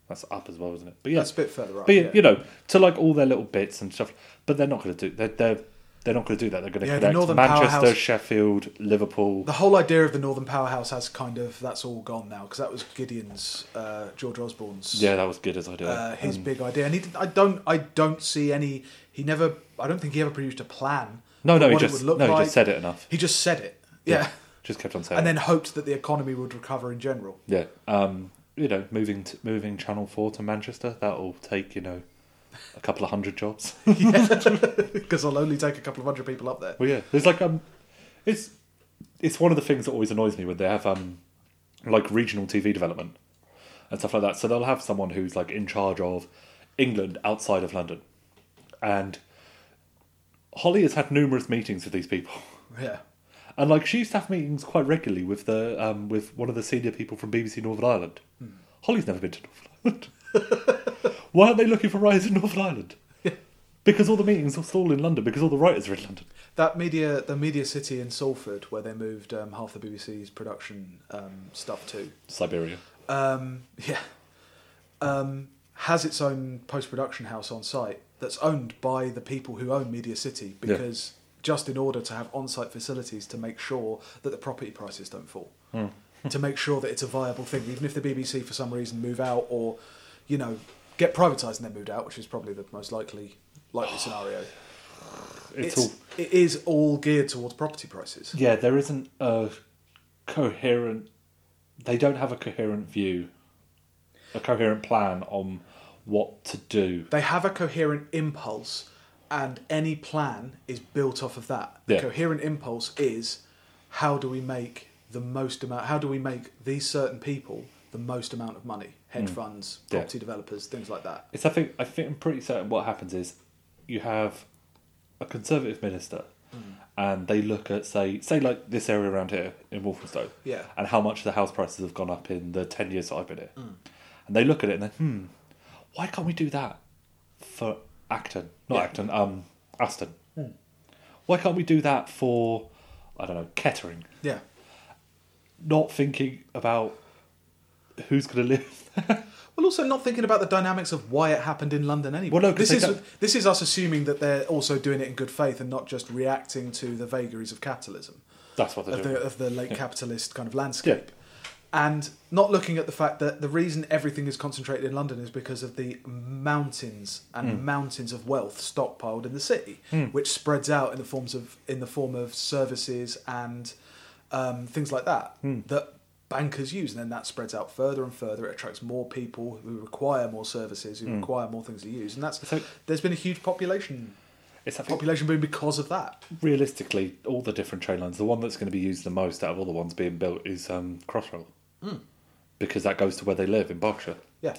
B: That's up as well, isn't it? But yeah,
A: That's a bit further up.
B: but
A: yeah.
B: you know, to like all their little bits and stuff. But they're not going to do. They're they're, they're not going to do that. They're going to
A: Yeah, the
B: connect
A: Northern
B: Manchester,
A: powerhouse-
B: Sheffield, Liverpool.
A: the whole idea of the Northern Powerhouse has kind of that's all gone now because that was Gideon's, uh, George Osborne's,
B: yeah, Mm. that was good as I Um, do.
A: uh, his big idea, and he did, I don't I don't see any. He never. I don't think he ever produced a plan.
B: no,
A: for
B: no, he
A: what it
B: just
A: would look
B: no, he
A: like.
B: just said it enough.
A: He just said it. Yeah.
B: just kept on saying.
A: And
B: it.
A: then hoped that the economy would recover in general.
B: yeah, um, you know, moving to, moving Channel Four to Manchester, that'll take you know a couple of hundred jobs.
A: Because I'll only take a couple of hundred people up there.
B: Well, yeah, there's like um, it's it's one of the things that always annoys me when they have um, like regional TV development and stuff like that. So they'll have someone who's like in charge of England outside of London, and Holly has had numerous meetings with these people,
A: Yeah.
B: and like she used to have meetings quite regularly with the um with one of the senior people from BBC Northern Ireland. Holly's never been to Northern Ireland. Why aren't they looking for writers in Northern Ireland? Because all the meetings are all in London. Because all the writers are in London.
A: That media, the media city in Salford, where they moved um, half the BBC's production um, stuff to,
B: Siberia.
A: um, yeah, um, has its own post-production house on site that's owned by the people who own Media City because just in order to have on-site facilities to make sure that the property prices don't fall, to make sure that it's a viable thing, even if the BBC for some reason move out or, you know, get privatised and then moved out, which is probably the most likely likely scenario. it's,
B: it's, all
A: it is all geared towards property prices.
B: yeah there isn't a coherent they don't have a coherent view a coherent plan on what to do
A: They have a coherent impulse, and any plan is built off of that.
B: Yeah.
A: The coherent impulse is how do we make the most amount? How do we make these certain people the most amount of money? Hedge funds,
B: Mm. Yeah.
A: property developers, things like that.
B: it's i think
A: Mm.
B: i think i'm pretty certain what happens is you have a conservative minister and they look at say say like this area around here in Walthamstow,
A: Yeah.
B: and how much the house prices have gone up in the ten years that I've been here,
A: Mm.
B: and they look at it and then hmm, why can't we do that for Acton, not
A: Yeah. Hmm.
B: Acton, um, Aston? Why can't we do that for I don't know Kettering?
A: Yeah.
B: Not thinking about who's going to live there.
A: Well, also not thinking about the dynamics of why it happened in London anyway.
B: Well, no,
A: this
B: 'cause they
A: is
B: don't-
A: this is us assuming that they're also doing it in good faith and not just reacting to the vagaries of capitalism,
B: That's what they're
A: of
B: doing.
A: the, of the late capitalist kind of landscape, and not looking at the fact that the reason everything is concentrated in London is because of the mountains and mountains of wealth stockpiled in the city, which spreads out in the forms of in the form of services and um, things like that that bankers use, and then that spreads out further and further. It attracts more people who require more services, who require more things to use, and that's
B: So-
A: there's been a huge population
B: It's that thing-
A: population boom because of that.
B: realistically, all the different train lines, the one that's going to be used the most out of all the ones being built is um, Crossrail.
A: Hmm.
B: Because that goes to where they live in Berkshire.
A: Yeah,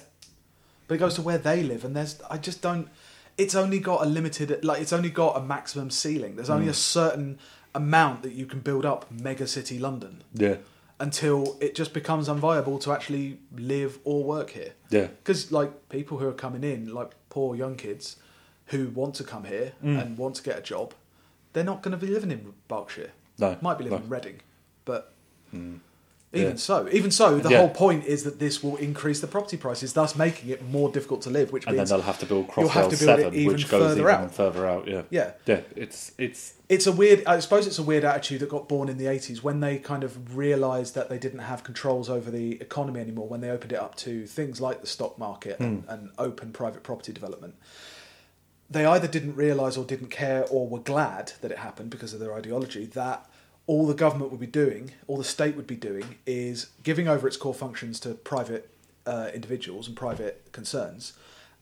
A: but it goes to where they live, and there's I just don't. It's only got a limited, like it's only got a maximum ceiling. There's only a certain amount that you can build up mega city London
B: Yeah.
A: until it just becomes unviable to actually live or work here.
B: Yeah.
A: Because like people who are coming in, like poor young kids who want to come here
B: Mm.
A: and want to get a job, they're not going to be living in Berkshire.
B: No,
A: might be living
B: no. Mm.
A: in Reading, but even
B: Yeah.
A: so, even so, the
B: Yeah.
A: whole point is that this will increase the property prices, thus making it more difficult to live. Which
B: And then
A: means
B: they'll have to build
A: you'll have
B: Crossrail
A: to build it
B: 7,
A: even
B: which goes
A: further
B: even
A: out.
B: further out. Yeah.
A: Yeah.
B: Yeah. It's, it's,
A: it's a weird i suppose it's a weird attitude that got born in the 80s when they kind of realized that they didn't have controls over the economy anymore when they opened it up to things like the stock market
B: Hmm.
A: and, and open private property development they either didn't realize or didn't care or were glad that it happened because of their ideology that all the government would be doing all the state would be doing is giving over its core functions to private uh, individuals and private concerns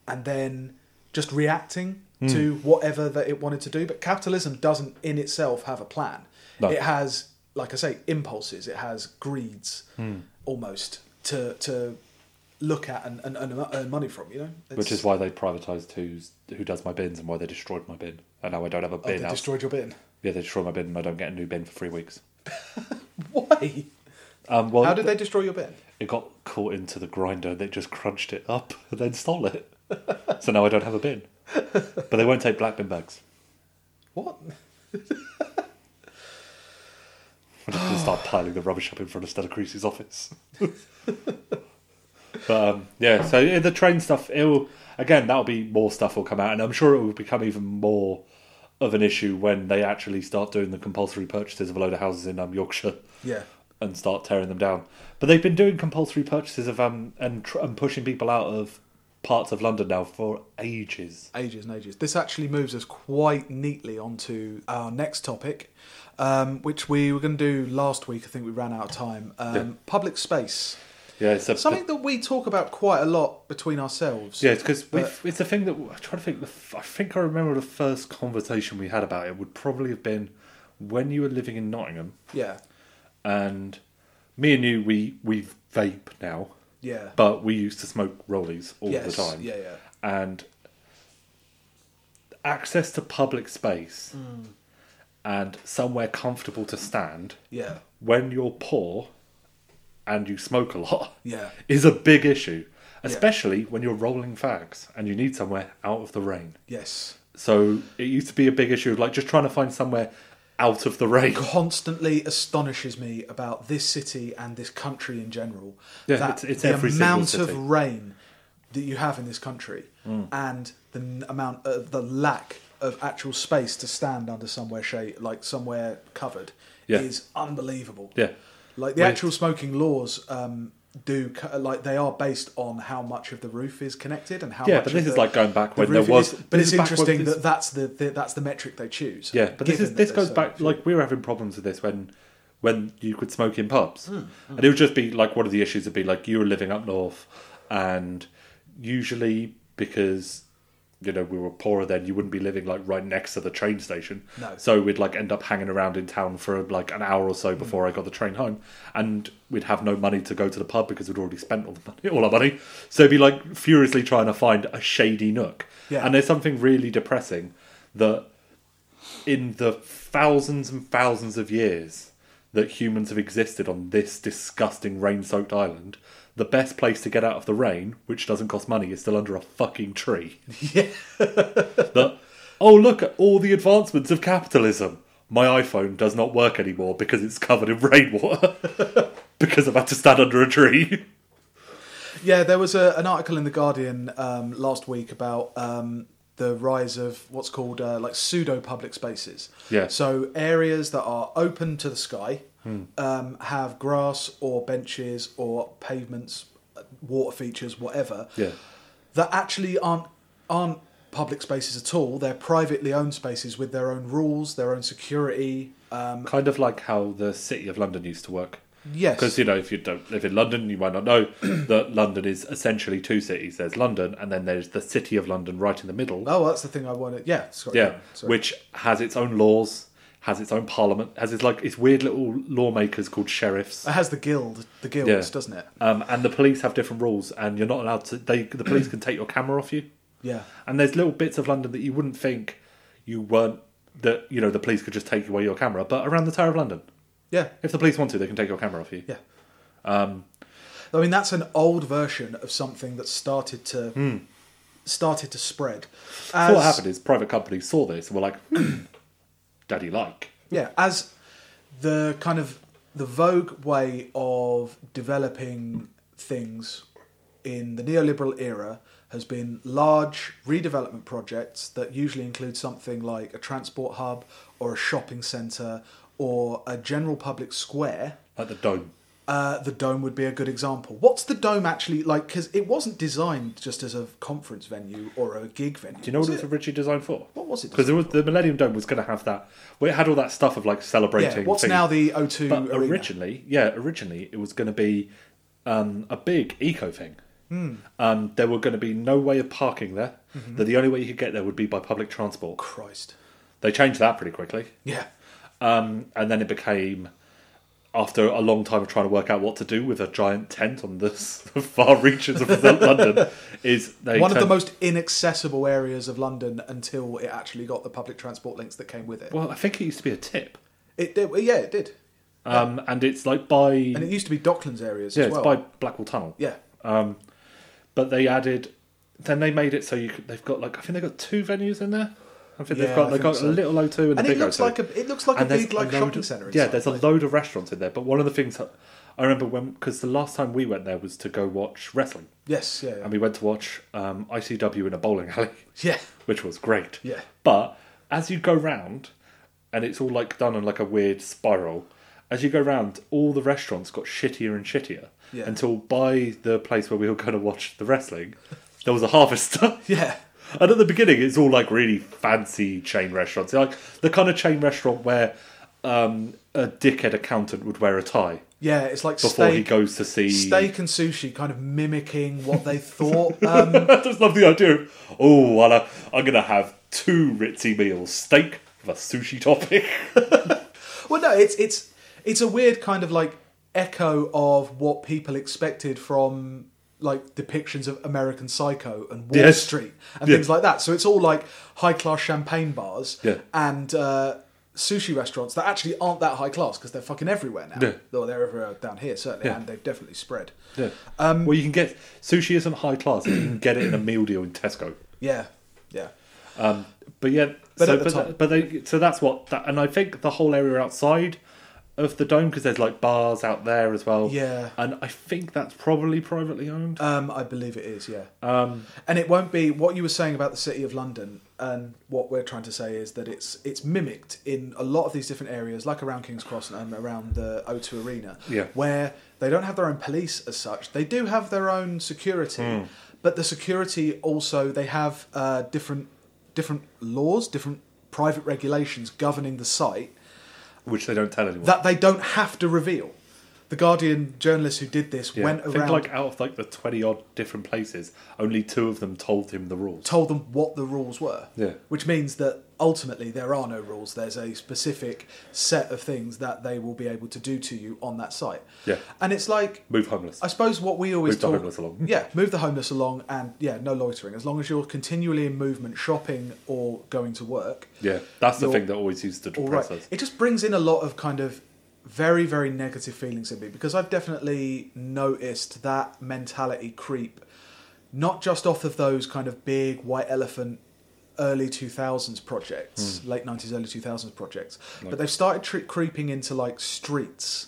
A: and then just reacting
B: Hmm.
A: to whatever that it wanted to do but capitalism doesn't in itself have a plan
B: No.
A: it has like i say impulses it has greeds
B: Hmm.
A: almost to to look at and, and, and earn money from you know
B: which
A: It's-
B: is why they privatised who's, who does my bins and why they destroyed my bin. And now I don't have a
A: oh,
B: bin.
A: they
B: out-
A: destroyed your bin
B: yeah, they destroyed my bin and I don't get a new bin for three weeks.
A: Why?
B: Um, well,
A: How did they destroy your bin?
B: it got caught into the grinder. They just crunched it up and then stole it. so now I don't have a bin. But they won't take black bin bags.
A: What?
B: I'm just going to start piling the rubbish up in front of Stella Creasy's office. but, um, yeah, so yeah, the train stuff, it'll, again, that'll be more stuff will come out. And I'm sure it will become even more of an issue when they actually start doing the compulsory purchases of a load of houses in um, Yorkshire
A: Yeah.
B: and start tearing them down. But they've been doing compulsory purchases of um, and, tr- and pushing people out of parts of London now for ages.
A: Ages and ages. This actually moves us quite neatly onto our next topic, um, which we were going to do last week. I think we ran out of time. Um,
B: Yeah.
A: Public space.
B: Yeah, it's a,
A: Something that we talk about quite a lot between ourselves.
B: Yeah, it's because
A: But-
B: it's a thing that I'm trying to think. the f- I think I remember the first conversation we had about it would probably have been when you were living in Nottingham,
A: Yeah.
B: and me and you, we we vape now,
A: Yeah.
B: but we used to smoke rollies all
A: yes.
B: the time,
A: Yeah, yeah.
B: and access to public space
A: Mm.
B: and somewhere comfortable to stand
A: Yeah.
B: when you're poor and you smoke a lot
A: Yeah.
B: is a big issue, especially when you're rolling fags and you need somewhere out of the rain.
A: Yes.
B: So it used to be a big issue of like just trying to find somewhere out of the rain.
A: constantly astonishes me about this city and this country in general.
B: Yeah,
A: that
B: it's- it's
A: the
B: every single
A: amount
B: city. Hmm.
A: of rain that you have in this country and the n- amount of the lack of actual space to stand under somewhere shade, like somewhere covered,
B: Yeah.
A: is unbelievable.
B: Yeah.
A: Like the
B: Wait.
A: actual smoking laws um, do, co- like they are based on how much of the roof is connected and how
B: Yeah,
A: much.
B: but
A: of
B: this is
A: the-
B: like going back
A: the
B: when there
A: roof
B: was-
A: Is, but
B: this
A: it's
B: is back when
A: interesting
B: this-
A: that that's the, the that's the metric they choose.
B: Yeah, but this
A: given
B: is
A: that
B: this
A: there's
B: goes
A: so
B: back
A: much.
B: like we were having problems with this when when you could smoke in pubs.
A: Hmm,
B: And it would just be like one of the issues would be like you were living up north and usually because you know, we were poorer then you wouldn't be living like right next to the train station.
A: No.
B: So we'd like end up hanging around in town for like an hour or so
A: Hmm.
B: before I got the train home and we'd have no money to go to the pub because we'd already spent all the money all our money. So it'd be like furiously trying to find a shady nook.
A: Yeah.
B: And there's something really depressing that in the thousands and thousands of years that humans have existed on this disgusting rain soaked island, the best place to get out of the rain, which doesn't cost money, is still under a fucking tree.
A: Yeah.
B: That, oh, look at all the advancements of capitalism. My iPhone does not work anymore because it's covered in rainwater. because I've had to stand under a tree.
A: Yeah, there was a, an article in the Guardian um, last week about um, the rise of what's called uh, like pseudo public spaces.
B: Yeah. Hmm.
A: So areas that are open to the sky um, have grass or benches or pavements, uh, water features, whatever.
B: Yeah.
A: That actually aren't aren't public spaces at all. They're privately owned spaces with their own rules, their own security. Um,
B: kind of like how the city of London used to work.
A: yes.
B: Because you know, if you don't live in London, you might not know that London is essentially two cities. There's London, and then there's the city of London right in the middle.
A: oh, that's the thing I wanted. Yeah. Sorry.
B: yeah,
A: Sorry.
B: which has its own laws, has its own parliament, has its like its weird little lawmakers called sheriffs.
A: It has the guild, the guilds,
B: Yeah.
A: doesn't it?
B: Um, and the police have different rules, and you're not allowed to. They the police can take your camera off you.
A: Yeah.
B: And there's little bits of London that you wouldn't think you weren't that you know the police could just take away your camera, but around the Tower of London,
A: Yeah.
B: if the police want to, they can take your camera off you.
A: Yeah. Um, I mean, that's an old version of something that started to started to spread.
B: So what
A: As-
B: happened is private companies saw this and were like, "Hmm, "Daddy, like."
A: Yeah, as the kind of the vogue way of developing things in the neoliberal era has been large redevelopment projects that usually include something like a transport hub or a shopping centre or a general public square
B: Like the dome.
A: Uh, the dome would be a good example. What's the dome actually like? Because it wasn't designed just as a conference venue or a gig venue.
B: Do you know what
A: was
B: it was originally designed for?
A: What was it
B: Because the Millennium Dome was going to have that. Well, it had all that stuff of like celebrating.
A: Yeah, what's
B: things.
A: now the O2
B: But
A: arena?
B: originally, yeah, originally it was going to be um, a big eco thing.
A: Hmm.
B: Um, there were going to be no way of parking there.
A: Mm-hmm.
B: That the only way you could get there would be by public transport.
A: Christ.
B: They changed that pretty quickly,
A: Yeah.
B: um, and then it became. After a long time of trying to work out what to do with a giant tent on the s- far reaches of London, is they
A: One of the
B: turned-
A: most inaccessible areas of London until it actually got the public transport links that came with it.
B: Well, I think it used to be a tip.
A: It did, yeah, it did.
B: Um, and it's like by
A: And it used to be Docklands areas
B: yeah,
A: as
B: it's
A: well.
B: by Blackwall Tunnel.
A: yeah.
B: But they added, then they made it so you could, they've got like I think they've got two venues in there. I think
A: Yeah,
B: they've got
A: I
B: they've
A: think
B: got
A: so.
B: a little O2 and,
A: And
B: a
A: it
B: big
A: looks
B: O2.
A: like a it looks like
B: And
A: a
B: there's
A: big like
B: load
A: shopping
B: of-
A: centre.
B: Yeah,
A: inside.
B: there's a load of restaurants in there. But one of the things that I remember when because the last time we went there was to go watch wrestling,
A: yes, yeah, yeah.
B: and we went to watch um, ICW in a bowling alley,
A: yeah,
B: which was great.
A: Yeah.
B: But as you go round, and it's all like done in like a weird spiral. As you go round, all the restaurants got shittier and shittier
A: Yeah.
B: until by the place where we were going to watch the wrestling, there was a harvester.
A: yeah,
B: And at the beginning, it's all like really fancy chain restaurants, like the kind of chain restaurant where um, a dickhead accountant would wear a tie
A: yeah. It's like
B: before
A: steak,
B: he goes to see.
A: steak and sushi, kind of mimicking what they thought. Um,
B: I just love the idea of oh, well, I- I'm gonna have two ritzy meals: steak with a sushi topping.
A: Well, no, it's it's it's a weird kind of like echo of what people expected from like depictions of American Psycho and Wall
B: Yes.
A: Street and
B: Yeah.
A: things like that. So it's all like high class champagne bars
B: Yeah.
A: and uh, sushi restaurants that actually aren't that high class because they're fucking everywhere now.
B: Yeah.
A: Though they're everywhere down here certainly,
B: Yeah.
A: and they've definitely spread.
B: Yeah. Um, well, you can get sushi isn't high class. You can get it in a meal deal in Tesco.
A: Yeah, yeah,
B: But yeah,
A: But
B: so,
A: at the
B: but,
A: time-
B: th- but they so that's what that, and I think the whole area outside of the dome because there's like bars out there as well.
A: Yeah.
B: and I think that's probably privately owned.
A: Um, I believe it is, yeah.
B: Um,
A: and it won't be what you were saying about the city of London, and what we're trying to say is that it's it's mimicked in a lot of these different areas, like around King's Cross and um, around the O2 Arena,
B: Yeah.
A: where they don't have their own police as such. They do have their own security,
B: Hmm.
A: but the security also they have uh, different different laws, different private regulations governing the site
B: which they don't tell anyone.
A: that they don't have to reveal. The Guardian journalist who did this
B: yeah.
A: went
B: I think
A: around
B: like out of like the twenty odd different places, only two of them told him the rules.
A: told them what the rules were.
B: Yeah.
A: Which means that ultimately there are no rules. There's a specific set of things that they will be able to do to you on that site.
B: Yeah.
A: And it's like
B: Move homeless.
A: I suppose what we always
B: Move the
A: talk,
B: homeless along.
A: yeah, move the homeless along, and yeah, no loitering. As long as you're continually in movement, shopping or going to work,
B: Yeah, that's the
A: You're-
B: thing that always used to
A: all
B: depress
A: right.
B: us.
A: It just brings in a lot of kind of very, very negative feelings in me because I've definitely noticed that mentality creep, not just off of those kind of big white elephant early 2000s projects, late 90s, early 2000s projects, but they've started tre- creeping into like streets.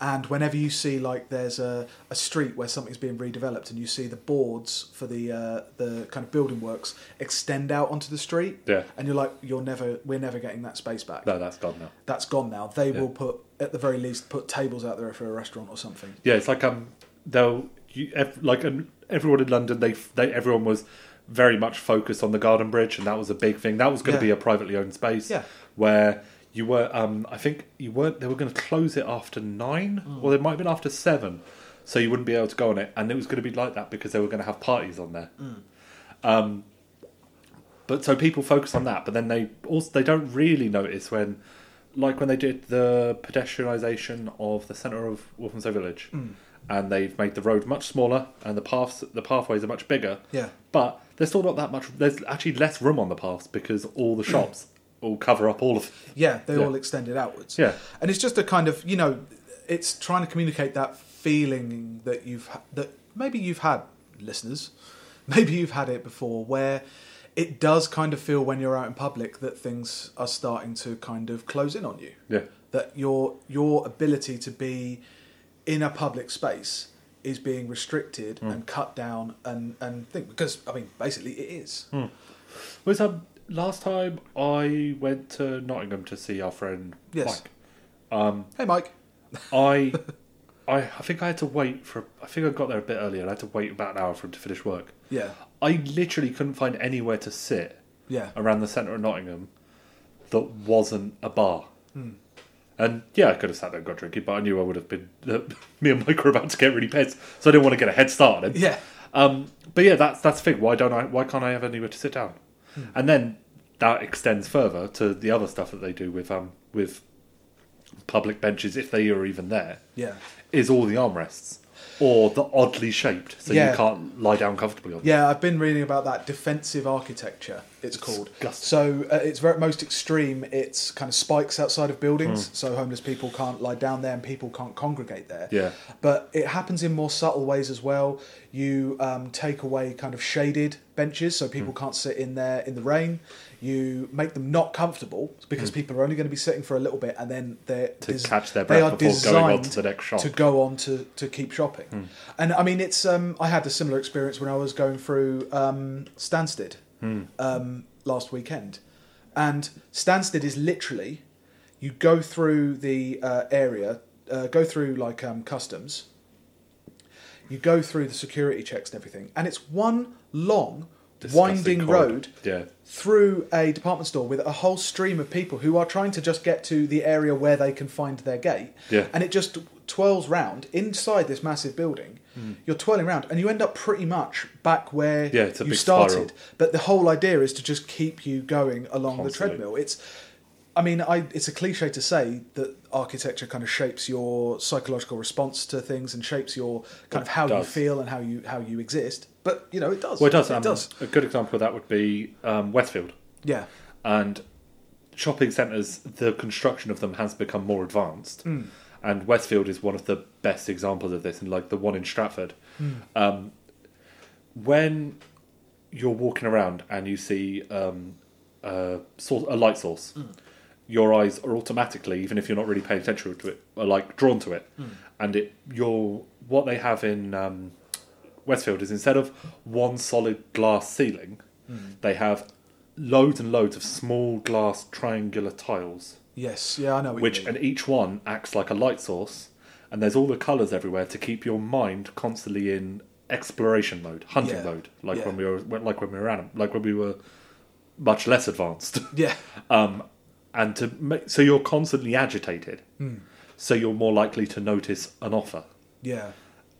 A: And whenever you see like there's a, a street where something's being redeveloped and you see the boards for the uh, the kind of building works extend out onto the street,
B: Yeah.
A: and you're like, you're never, we're never getting that space back.
B: No, that's gone now.
A: That's gone now. They
B: Yeah.
A: will put, at the very least, put tables out there for a restaurant or something.
B: Yeah, it's like um, they'll you, ev- like um, everyone in London. They they everyone was very much focused on the Garden Bridge, and that was a big thing. That was going to
A: Yeah.
B: be a privately owned space.
A: Yeah.
B: where you were. Um, I think you weren't. They were going to close it after nine,
A: Hmm.
B: or they might have been after seven, so you wouldn't be able to go on it. And it was going to be like that because they were going to have parties on there. But so people focus on that, but then they also they don't really notice when, like when they did the pedestrianisation of the centre of Wolfensow Village,
A: Hmm.
B: and they've made the road much smaller and the paths the pathways are much bigger.
A: Yeah.
B: but there's still not that much. There's actually less room on the paths because all
A: Hmm.
B: the shops all cover up all of.
A: Yeah, they
B: Yeah.
A: all extended outwards.
B: Yeah.
A: and it's just a kind of you know, it's trying to communicate that feeling that you've ha- that maybe you've had, listeners, maybe you've had it before, where it does kind of feel when you're out in public that things are starting to kind of close in on you.
B: Yeah.
A: that your your ability to be in a public space is being restricted and cut down and and think because I mean basically it is.
B: Was um last time I went to Nottingham to see our friend
A: Yes.
B: Mike.
A: Hey, Mike.
B: I, I, I think I had to wait for. I think I got there a bit earlier. and I had to wait about an hour for him to finish work.
A: Yeah,
B: I literally couldn't find anywhere to sit
A: yeah.
B: around the centre of Nottingham that wasn't a bar.
A: Hmm.
B: And yeah, I could have sat there and got drinking, but I knew I would have been. That me and Mike were about to get really pissed, so I didn't want to get a head start on him.
A: Yeah.
B: Um, but yeah, that's that's the thing. Why don't I? Why can't I have anywhere to sit down?
A: Hmm.
B: And then that extends further to the other stuff that they do with um with public benches, if they are even there
A: Yeah.
B: is all the armrests or the oddly shaped, so
A: Yeah.
B: you can't lie down comfortably on. them.
A: Yeah, I've been reading about that defensive architecture. It's called.
B: Disgusting.
A: So uh, it's very most extreme. It's kind of spikes outside of buildings,
B: Hmm.
A: so homeless people can't lie down there and people can't congregate there.
B: Yeah.
A: But it happens in more subtle ways as well. You um, take away kind of shaded benches, so people
B: Hmm.
A: can't sit in there in the rain. You make them not comfortable because people are only going to be sitting for a little bit, and then they're
B: Hmm. To catch their breath before going on to
A: designed
B: the next shop. Hmm.
A: to go on to, to keep shopping. And I mean, it's um, I had a similar experience when I was going through um, Stansted
B: Hmm.
A: um, last weekend, and Stansted is literally you go through the uh, area, uh, go through like um, customs, you go through the security checks and everything, and it's one long
B: Disgusting
A: winding
B: corridor.
A: road
B: Yeah.
A: through a department store with a whole stream of people who are trying to just get to the area where they can find their gate.
B: Yeah.
A: And it just twirls round inside this massive building. You're twirling round and you end up pretty much back where
B: Hmm. Yeah, it's a
A: you
B: big
A: started.
B: spiral.
A: But the whole idea is to just keep you going along the
B: Constantly.
A: treadmill. It's I mean, I, it's a cliche to say that architecture kind of shapes your psychological response to things and shapes your kind of
B: It
A: how you
B: does.
A: feel and how you how you exist. But you know, it does.
B: Well, it does.
A: It
B: um,
A: does.
B: A good example of that would be um, Westfield
A: Yeah.
B: and shopping centres. The construction of them has become more advanced, and Westfield is one of the best examples of this. And like the one in Stratford, um, when you're walking around and you see um, a, source, a light source, your eyes are automatically, even if you're not really paying attention to it, are like drawn to it. And it, your what they have in um, Westfield is instead of one solid glass ceiling, they have loads and loads of small glass triangular tiles,
A: Yes. Yeah, I know. what you
B: which
A: mean.
B: and each one acts like a light source. And there's all the colours everywhere to keep your mind constantly in exploration mode, hunting
A: Yeah.
B: mode, like
A: Yeah.
B: when we were like when we were anim- like when we were much less advanced.
A: Yeah.
B: um, and to make, so you're
A: Hmm.
B: constantly agitated, so you're more likely to notice an offer,
A: Yeah.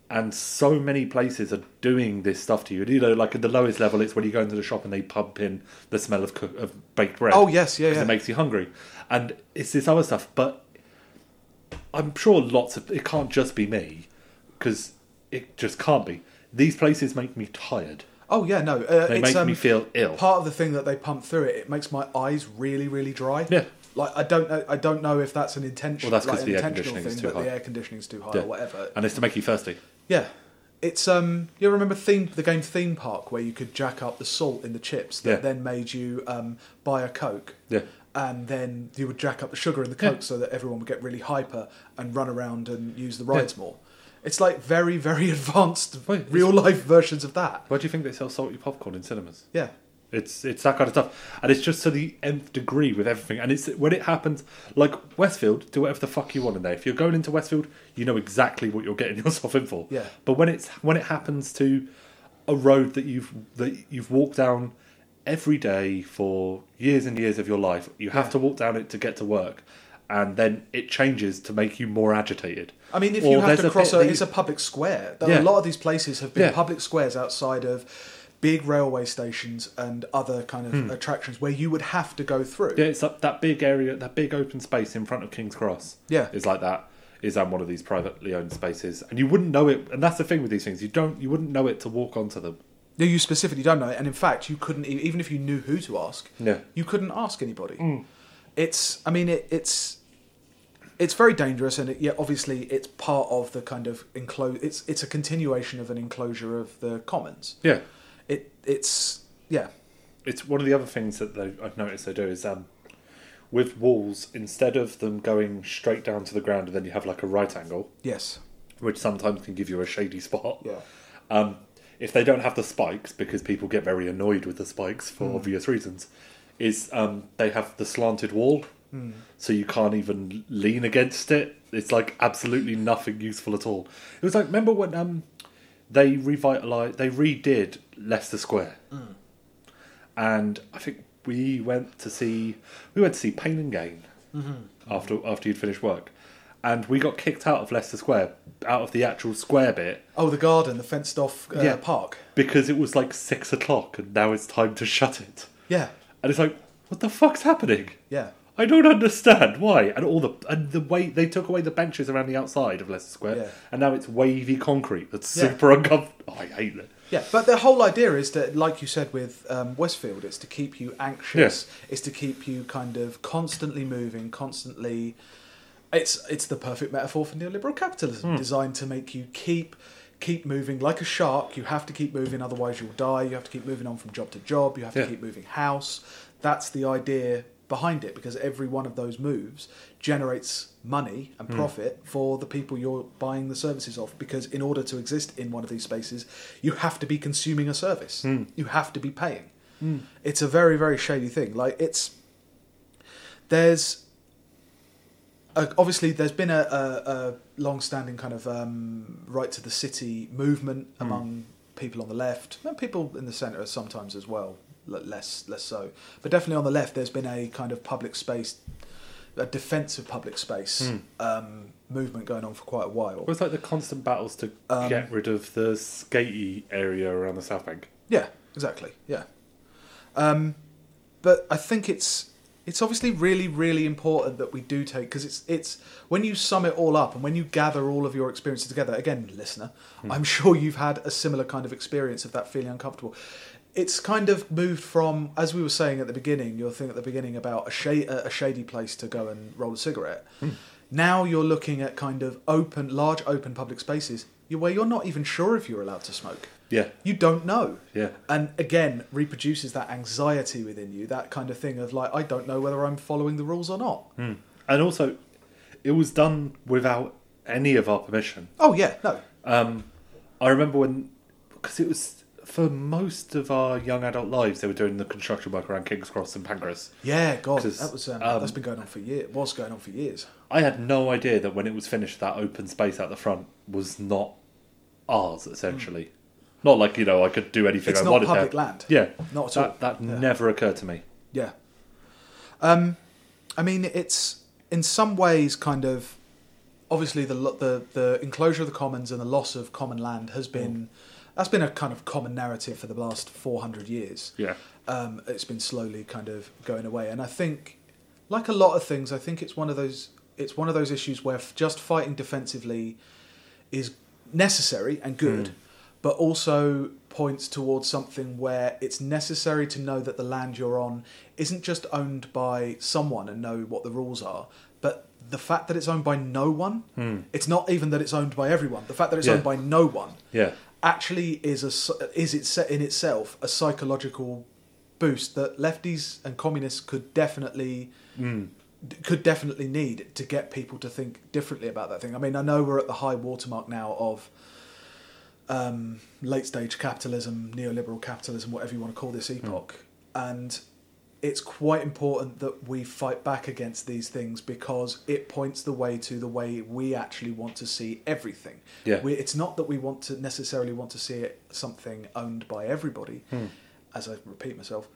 B: And so many places are doing this stuff to you. You know, like at the lowest level, it's when you go into the shop and they pump in the smell of, cook- of baked bread.
A: Oh, yes, yeah,
B: 'Cause
A: yeah.
B: It makes you hungry. And it's this other stuff, but I'm sure lots of it can't just be me because it just can't be. These places make me tired.
A: Oh yeah, no. Uh,
B: They
A: it's,
B: make
A: um,
B: me feel ill.
A: Part of the thing that they pump through it, it makes my eyes really, really dry.
B: Yeah.
A: Like I don't know, I don't know if that's an intention.
B: Well, that's 'cause
A: like,
B: the air
A: intentional
B: conditioning is
A: thing,
B: too
A: but
B: high.
A: The air conditioning's too high
B: Yeah.
A: or whatever.
B: and it's to make you thirsty.
A: Yeah, it's um. You remember theme the game Theme Park where you could jack up the salt in the chips that
B: Yeah.
A: then made you um, buy a Coke.
B: Yeah.
A: And then you would jack up the sugar in the coke so that everyone would get really hyper and run around and use the rides more. It's like very, very advanced
B: Wait, it's-
A: real life versions of that.
B: Why do you think they sell salty popcorn in cinemas?
A: Yeah.
B: It's it's that kind of stuff, and it's just to the nth degree with everything. And it's when it happens, like Westfield, do whatever the fuck you want in there. If you're going into Westfield, you know exactly what you're getting yourself in for.
A: Yeah.
B: But when it's when it happens to a road that you've that you've walked down every day for years and years of your life, you have
A: Yeah.
B: to walk down it to get to work, and then it changes to make you more agitated.
A: I mean, if
B: Or
A: you have
B: there's
A: to
B: a
A: cross
B: bit
A: a,
B: that you-
A: it's a public square. There-
B: Yeah.
A: A lot of these places have been
B: Yeah.
A: public squares outside of big railway stations and other kind
B: Hmm.
A: of attractions where you would have to go through.
B: Yeah, it's that, that big area, that big open space in front of King's Cross.
A: Yeah.
B: is like that. Is on one of these privately owned spaces, and you wouldn't know it. And that's the thing with these things, you don't, you wouldn't know it to walk onto them.
A: No, you specifically don't know it, and in fact, you couldn't e- even if you knew who to ask.
B: Yeah.
A: you couldn't ask anybody. It's, I mean, it, it's it's very dangerous, and it, yeah, obviously, it's part of the kind of enclosure. It's it's a continuation of an enclosure of the commons.
B: Yeah,
A: It it's yeah
B: it's one of the other things that they, I've noticed they do is um, with walls, instead of them going straight down to the ground, and then you have like a right angle,
A: yes
B: which sometimes can give you a shady spot.
A: yeah
B: Um, if they don't have the spikes, because people get very annoyed with the spikes for obvious reasons, is um, they have the slanted wall, so you can't even lean against it. It's like absolutely nothing useful at all. It was like remember when um, they revitalized, they redid Leicester Square, and I think we went to see we went to see Pain and Gain after after you'd finished work, and we got kicked out of Leicester Square, out of the actual square bit
A: oh the garden the fenced off uh,
B: Yeah.
A: park
B: because it was like six o'clock and now it's time to shut it.
A: yeah
B: And it's like, what the fuck's happening?
A: yeah
B: I don't understand why. And all the and the way they took away the benches around the outside of Leicester Square,
A: Yeah.
B: and now it's wavy concrete that's
A: Yeah.
B: super uncomfortable. Oh, I hate it.
A: Yeah, but the whole idea is that, like you said with um, Westfield, it's to keep you anxious. It's to keep you kind of constantly moving, constantly. It's it's the perfect metaphor for neoliberal capitalism, designed to make you keep keep moving like a shark. You have to keep moving, otherwise you'll die. You have to keep moving on from job to job. You have to
B: Yeah.
A: keep moving house. That's the idea behind it, because every one of those moves generates money and profit for the people you're buying the services of. Because in order to exist in one of these spaces, you have to be consuming a service. You have to be paying. It's a very very shady thing. Like it's there's uh, obviously there's been a, a, a long-standing kind of um, right to the city movement among people on the left and people in the centre sometimes as well l- less less so but definitely on the left there's been a kind of public space a defence of public space um, movement going on for quite a while
B: It was like the constant battles to
A: Um,
B: get rid of the skatey area around the South Bank.
A: Yeah, exactly. Yeah, um, but I think it's it's obviously really really important that we do take because it's it's when you sum it all up and when you gather all of your experiences together. Again, listener, I'm sure you've had a similar kind of experience of that feeling uncomfortable. It's kind of moved from, as we were saying at the beginning, your thing at the beginning about a, sha- a a shady place to go and roll a cigarette. Now you're looking at kind of open, large open public spaces you- where you're not even sure if you're allowed to smoke
B: Yeah,
A: you don't know.
B: Yeah.
A: And again, reproduces that anxiety within you, that kind of thing of like, I don't know whether I'm following the rules or not.
B: Hmm. and also, it was done without any of our permission.
A: Oh, yeah, no.
B: Um, I remember when, because it was for most of our young adult lives, they were doing the construction work around King's Cross and Pancras.
A: Yeah, God,
B: 'Cause,
A: that was, um,
B: um,
A: that's been going on for years, was going on for years.
B: I had no idea that when it was finished, that open space out the front was not ours, essentially. Not like, you know, I could do anything
A: Hmm. It's
B: I
A: not
B: wanted
A: public
B: there.
A: land.
B: Yeah.
A: Not at
B: that,
A: all.
B: That
A: Yeah.
B: never occurred to me.
A: Yeah. Um, I mean, it's in some ways kind of obviously the lo- the the enclosure of the commons and the loss of common land has been
B: Hmm.
A: that's been a kind of common narrative for the last 400 years.
B: Yeah.
A: Um, it's been slowly kind of going away, and I think, like a lot of things, I think it's one of those it's one of those issues where f- just fighting defensively is necessary and good, but also points towards something where it's necessary to know that the land you're on isn't just owned by someone and know what the rules are, but the fact that it's owned by no one, it's not even that it's owned by everyone, the fact that it's
B: Yeah.
A: owned by no one
B: Yeah.
A: actually is a s- is it set in itself a psychological boost that lefties and communists could definitely d- could definitely need to get people to think differently about that thing. I mean, I know we're at the high watermark now of um, late stage capitalism, neoliberal capitalism, whatever you want to call this epoch, and it's quite important that we fight back against these things because it points the way to the way we actually want to see everything.
B: Yeah.
A: We, it's not that we want to necessarily want to see it something owned by everybody, as I repeat myself.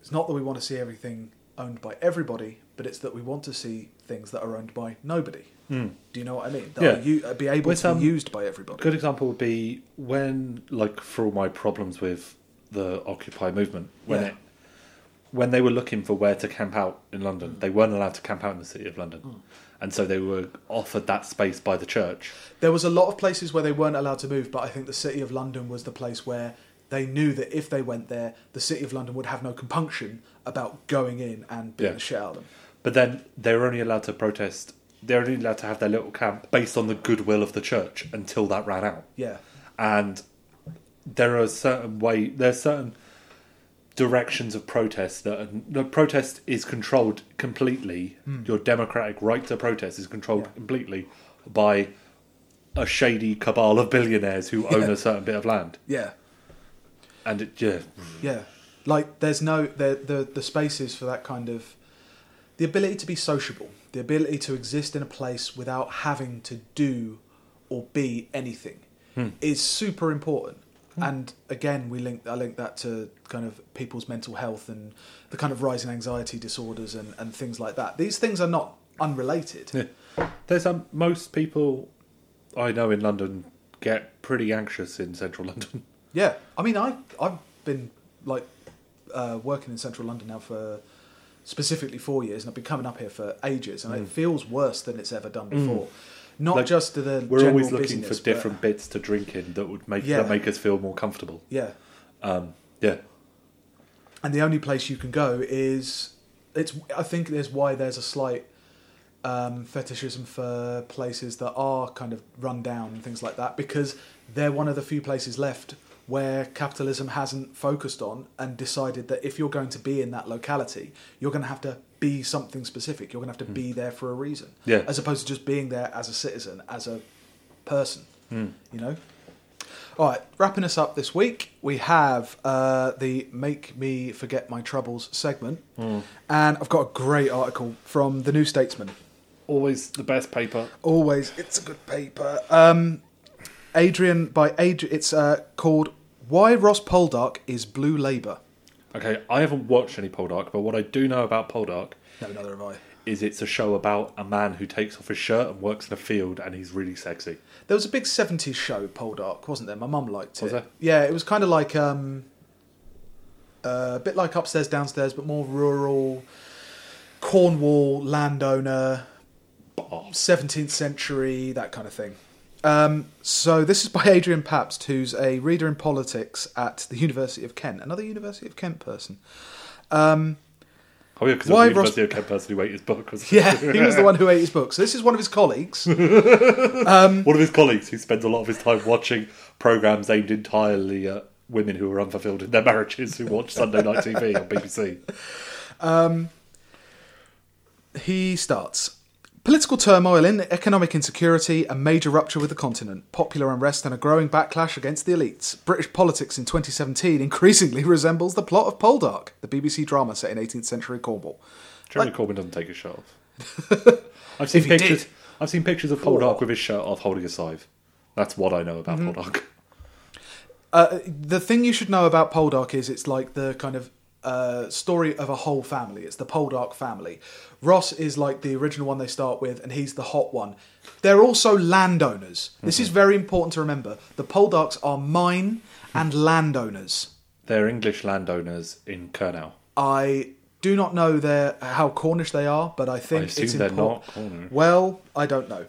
A: It's not that we want to see everything owned by everybody, but it's that we want to see things that are owned by nobody. Do you know what I mean? That
B: Hmm. Yeah.
A: are u- are be able
B: With,
A: to
B: um,
A: be used by everybody.
B: Good example would be when, like, for all my problems with the Occupy movement, when
A: Yeah.
B: it when they were looking for where to camp out in London, they weren't allowed to camp out in the city of London, and so they were offered that space by the church.
A: There was a lot of places where they weren't allowed to move, but I think the city of London was the place where they knew that if they went there, the city of London would have no compunction about going in and being
B: Yeah.
A: the shit out of them.
B: But then they were only allowed to protest. They were only allowed to have their little camp based on the goodwill of the church until that ran out.
A: Yeah,
B: and there are certain way there are certain directions of protest that are, the protest is controlled completely your democratic right to protest is controlled
A: Yeah.
B: completely by a shady cabal of billionaires who own
A: Yeah.
B: a certain bit of land
A: yeah,
B: and it yeah
A: yeah. Like there's no the the the spaces for that kind of the ability to be sociable, the ability to exist in a place without having to do or be anything is super important. And again, we link I link that to kind of people's mental health and the kind of rise in anxiety disorders and, and things like that. These things are not unrelated.
B: there's um most people i know in london get pretty anxious in central london
A: Yeah, I mean, I I've been like uh, working in central London now for specifically four years, and I've been coming up here for ages, and it feels worse than it's ever done before. Not
B: Mm. Like,
A: just to the
B: we're
A: general
B: always looking for
A: busyness, but-
B: different bits to drink in that would make
A: Yeah.
B: that make us feel more comfortable
A: yeah,
B: um yeah
A: and the only place you can go is it's. I think there's why there's a slight um, fetishism for places that are kind of run down and things like that because they're one of the few places left where capitalism hasn't focused on and decided that if you're going to be in that locality, you're going to have to be something specific. You're going to have to be there for a reason,
B: Yeah.
A: as opposed to just being there as a citizen, as a person. You know. All right, wrapping us up this week, we have uh, the Make Me Forget My Troubles segment. And I've got a great article from The New Statesman.
B: always the best paper.
A: Always, it's a good paper. Um, Adrian, by Adrian, it's uh, called Why Ross Poldark is Blue Labour.
B: Okay, I haven't watched any Poldark, but what I do know about Poldark
A: No, neither have I.
B: is it's a show about a man who takes off his shirt and works in a field and he's really sexy.
A: There was a big 70s show, Poldark, wasn't there? My mum liked it.
B: Was there?
A: Yeah, it was kind of like um, uh, a bit like upstairs, downstairs, but more rural, Cornwall, landowner,
B: Bah.
A: 17th century, that kind of thing. Um, so this is by Adrian Pabst, who's a reader in politics at the University of Kent, another University of Kent person.
B: Oh yeah, because
A: Why
B: the
A: Ross-
B: University of Kent person who ate his book. Was
A: Yeah, he was the one who ate his book. So this is one of his colleagues.
B: one of his colleagues who spends a lot of his time watching programs aimed entirely at women who are unfulfilled in their marriages who watch Sunday night TV on BBC.
A: He starts Political turmoil in economic insecurity, a major rupture with the continent, popular unrest, and a growing backlash against the elites. British politics in 2017 increasingly resembles the plot of Poldark, the BBC drama set in 18th century Cornwall.
B: Jeremy Corbyn doesn't take his shirt off. I've seen
A: If he did-
B: pictures. I've seen pictures of Poldark with his shirt off, holding a scythe. That's what I know about
A: Mm-hmm.
B: Poldark.
A: Uh, the thing you should know about Poldark is it's like the kind of uh, story of a whole family. It's the Poldark family. Ross is like the original one they start with, and he's the hot one. They're also landowners. This is
B: Mm-hmm.
A: very important to remember. The Poldarks are mine and
B: Hmm.
A: landowners.
B: They're English landowners in Kernow.
A: I do not know their how Cornish they are, but I think
B: I assume
A: it's
B: they're
A: important.
B: not Oh. Cornish.
A: Well, I don't know.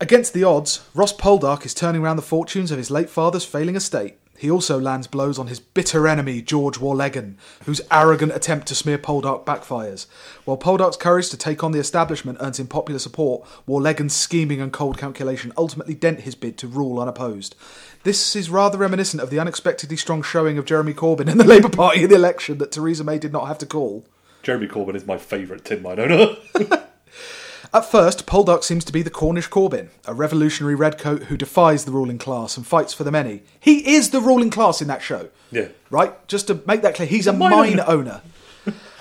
A: Against the odds, Ross Poldark is turning round the fortunes of his late father's failing estate. He also lands blows on his bitter enemy, George Warlegan, whose arrogant attempt to smear Poldark backfires. While Poldark's courage to take on the establishment earns him popular support, Warlegan's scheming and cold calculation ultimately dent his bid to rule unopposed. This is rather reminiscent of the unexpectedly strong showing of Jeremy Corbyn in the Labour Party in the election that Theresa May did not have to call.
B: Jeremy Corbyn is my favourite tin mine owner.
A: At first, Poldark seems to be the Cornish Corbyn, a revolutionary redcoat who defies the ruling class and fights for the many. He is the ruling class in that show.
B: Yeah.
A: Right? Just to make that clear, he's a
B: Mine
A: mine, owner.
B: owner.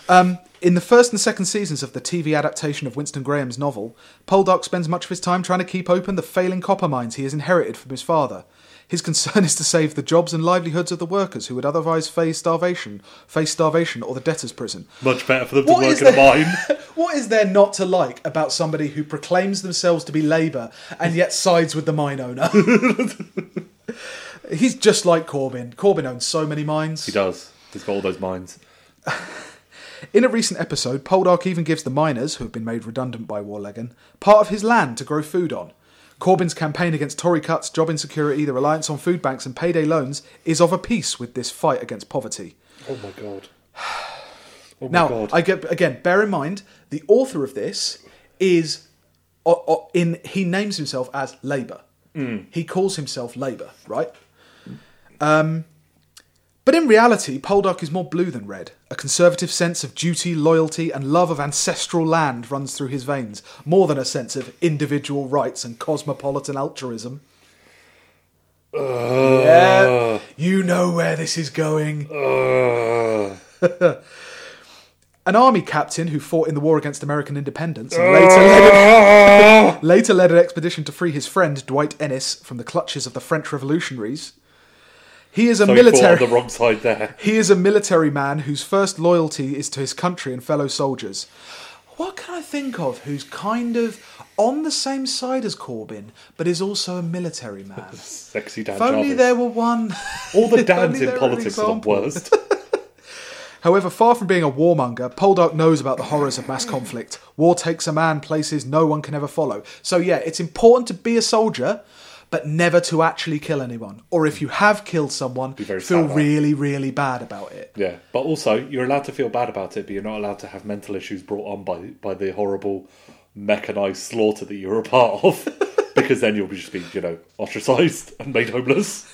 A: Um, in the first and second seasons of the TV adaptation of Winston Graham's novel, Poldark spends much of his time trying to keep open the failing copper mines he has inherited from his father. His concern is to save the jobs and livelihoods of the workers who would otherwise face starvation, face starvation or the debtor's prison.
B: Much better for them to
A: What
B: work
A: is
B: in a
A: there-
B: mine.
A: what is there not to like about somebody who proclaims themselves to be Labour and yet sides with the mine owner? He's just like Corbyn. Corbyn owns so many mines.
B: He does. He's got all those mines.
A: In a recent episode, Poldark even gives the miners, who have been made redundant by Warlegan, part of his land to grow food on. Corbyn's campaign against Tory cuts, job insecurity, the reliance on food banks, and payday loans is of a piece with this fight against poverty.
B: Oh my god. Oh my
A: Now,
B: god.
A: I get again. Bear in mind, the author of this is o- o- in. He names himself as Labour.
B: Hmm.
A: He calls himself Labour, right? Um, but in reality, Poldark is more blue than red. A conservative sense of duty, loyalty, and love of ancestral land runs through his veins, more than a sense of individual rights and cosmopolitan altruism. Yeah, you know where this is going.
B: Ugh.
A: an army captain who fought in the war against American independence and later led,
B: Oh.
A: an, later led an expedition to free his friend Dwight Ennis from the clutches of the French revolutionaries. He is a
B: so he
A: military
B: fought on the wrong side there.
A: he is a military man whose first loyalty is to his country and fellow soldiers. What can I think of who's kind of on the same side as Corbyn, but is also a military man?
B: Sexy Dan
A: if only
B: Jarvis.
A: there were one.
B: All the
A: if
B: Dans
A: only
B: in
A: there were an
B: politics are the
A: example.
B: worst.
A: However, far from being a warmonger, Poldark knows about the horrors of mass conflict. War takes a man places no one can ever follow. So, yeah, it's important to be a soldier, but never to actually kill anyone. Or if you have killed someone,
B: very
A: feel
B: sad about it.
A: really, really bad about it.
B: yeah, but also you're allowed to feel bad about it, but you're not allowed to have mental issues brought on by by the horrible mechanized slaughter that you're a part of, because then you'll be just be you know ostracized and made homeless.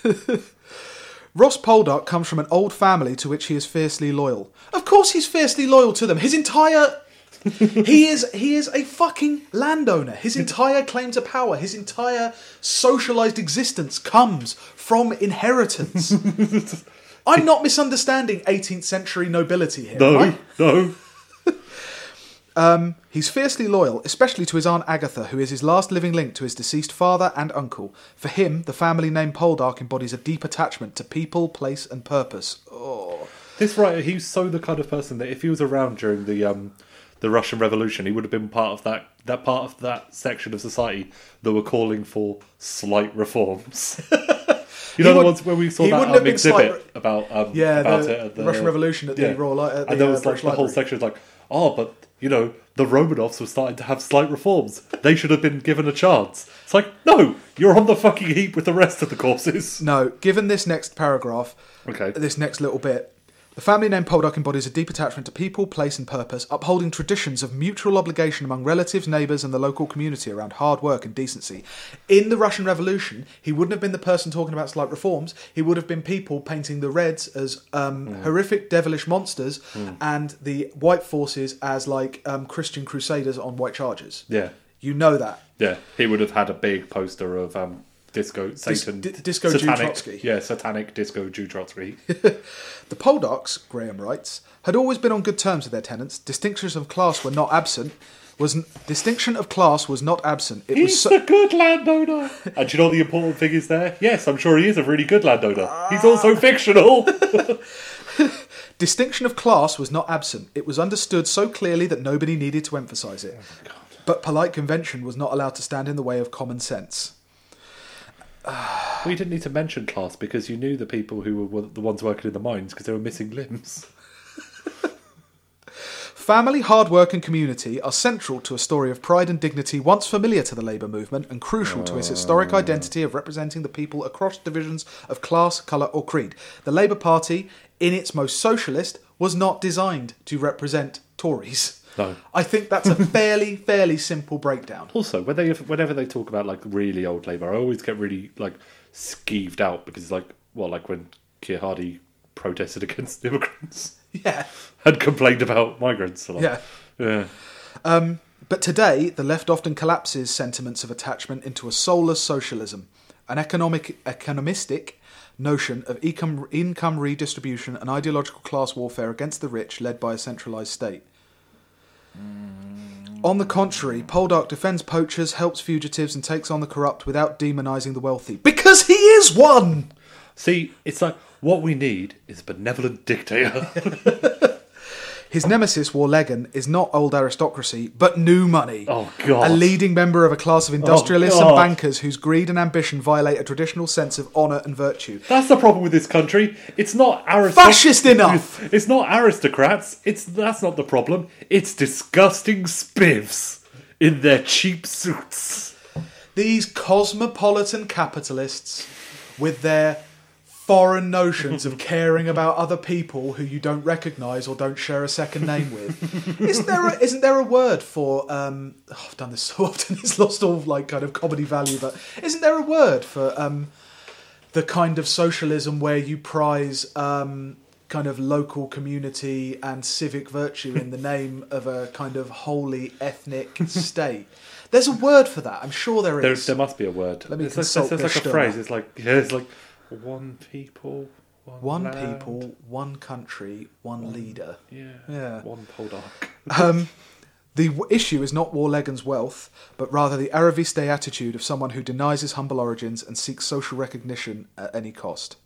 A: Ross Poldark comes from an old family to which he is fiercely loyal. Of course, he's fiercely loyal to them. His entire. he is he is a fucking landowner. His entire claim to power, his entire socialized existence comes from inheritance. I'm not misunderstanding 18th century nobility here. am I?
B: No, no.
A: He's fiercely loyal, especially to his aunt Agatha, who is his last living link to his deceased father and uncle. For him, the family name Poldark embodies a deep attachment to people, place, and purpose. Oh.
B: This writer, he was so the kind of person that if he was around during the um, the Russian Revolution, he would have been part of that that part of that section of society that were calling for slight reforms. you know the
A: would-
B: ones where we saw
A: he
B: that
A: wouldn't have
B: um,
A: been slight-
B: exhibit about um,
A: Yeah,
B: about
A: the
B: it at
A: Russian Revolution at the Royal Li- at
B: and
A: the,
B: there
A: uh,
B: was like
A: British
B: the whole
A: Library.
B: section was like, oh, but you know the Romanovs were starting to have slight reforms. They should have been given a chance. It's like, no, you're on the fucking heap with the rest of the corpses.
A: No, given this next paragraph,
B: Okay.
A: this next little bit, the family name Poldark embodies a deep attachment to people, place, and purpose, upholding traditions of mutual obligation among relatives, neighbours, and the local community around hard work and decency. In the Russian Revolution, he wouldn't have been the person talking about slight reforms. He would have been people painting the Reds as um,
B: Hmm.
A: horrific, devilish monsters, and the White forces as like um, Christian crusaders on white charges.
B: Yeah.
A: You know that.
B: Yeah, he would have had a big poster of um, disco Satan,
A: di- disco Jew
B: satanic,
A: Trotsky.
B: yeah, satanic disco Jew Trotsky.
A: The Poldarks, Graham writes, had always been on good terms with their tenants. Distinctions of class were not absent. Was n- distinction of class was not absent. It was
B: He's
A: so-
B: a good landowner, and do you know what the important thing
A: Ah.
B: is there? Yes, I'm sure he is a really good landowner. He's also fictional.
A: Distinction of class was not absent. It was understood so clearly that nobody needed to emphasize it. But polite convention was not allowed to stand in the way of common sense.
B: We didn't need to mention class because you knew the people who were the ones working in the mines because they were missing limbs.
A: Family, hard work, and community are central to a story of pride and dignity once familiar to the labour movement and crucial to its historic identity of representing the people across divisions of class, colour, or creed. The Labour Party, in its most socialist, was not designed to represent Tories.
B: No.
A: I think that's a fairly, fairly simple breakdown.
B: Also, when they, whenever they talk about like really old Labour, I always get really like skeeved out because it's like, well, like when Keir Hardie protested against immigrants
A: Yeah.
B: and complained about migrants a lot.
A: Yeah.
B: Yeah.
A: But today, the left often collapses sentiments of attachment into a soulless socialism, an economic economistic notion of ecom, income redistribution and ideological class warfare against the rich led by a centralized state. On the contrary, Poldark defends poachers, helps fugitives, and takes on the corrupt without demonizing the wealthy. Because he is one!
B: See, it's like what we need is a benevolent dictator.
A: His nemesis, Warlegan, is not old aristocracy, but new money.
B: Oh, God.
A: A leading member of a class of industrialists
B: Oh, God.
A: and bankers whose greed and ambition violate a traditional sense of honour and virtue.
B: That's the problem with this country. It's not aristocrats.
A: Fascist enough!
B: It's not aristocrats. It's that's not the problem. It's disgusting spivs in their cheap suits.
A: These cosmopolitan capitalists, with their foreign notions of caring about other people who you don't recognise or don't share a second name with. Isn't there a, isn't there a word for? Um, oh, I've done this so often; it's lost all like kind of comedy value. But isn't there a word for um, the kind of socialism where you prize? Um, Kind of local community and civic virtue in the name of a kind of holy ethnic state. There's a word for that. I'm sure there
B: There,
A: is.
B: there must be a word.
A: Let me
B: it's like,
A: consult
B: there's
A: the
B: like a
A: Stirner.
B: phrase. It's like yeah, it's like one people, one,
A: One
B: land.
A: people, one country, one, leader.
B: Yeah,
A: Yeah.
B: one Poldark.
A: The w- issue is not Warlegan's wealth, but rather the Araviste attitude of someone who denies his humble origins and seeks social recognition at any cost.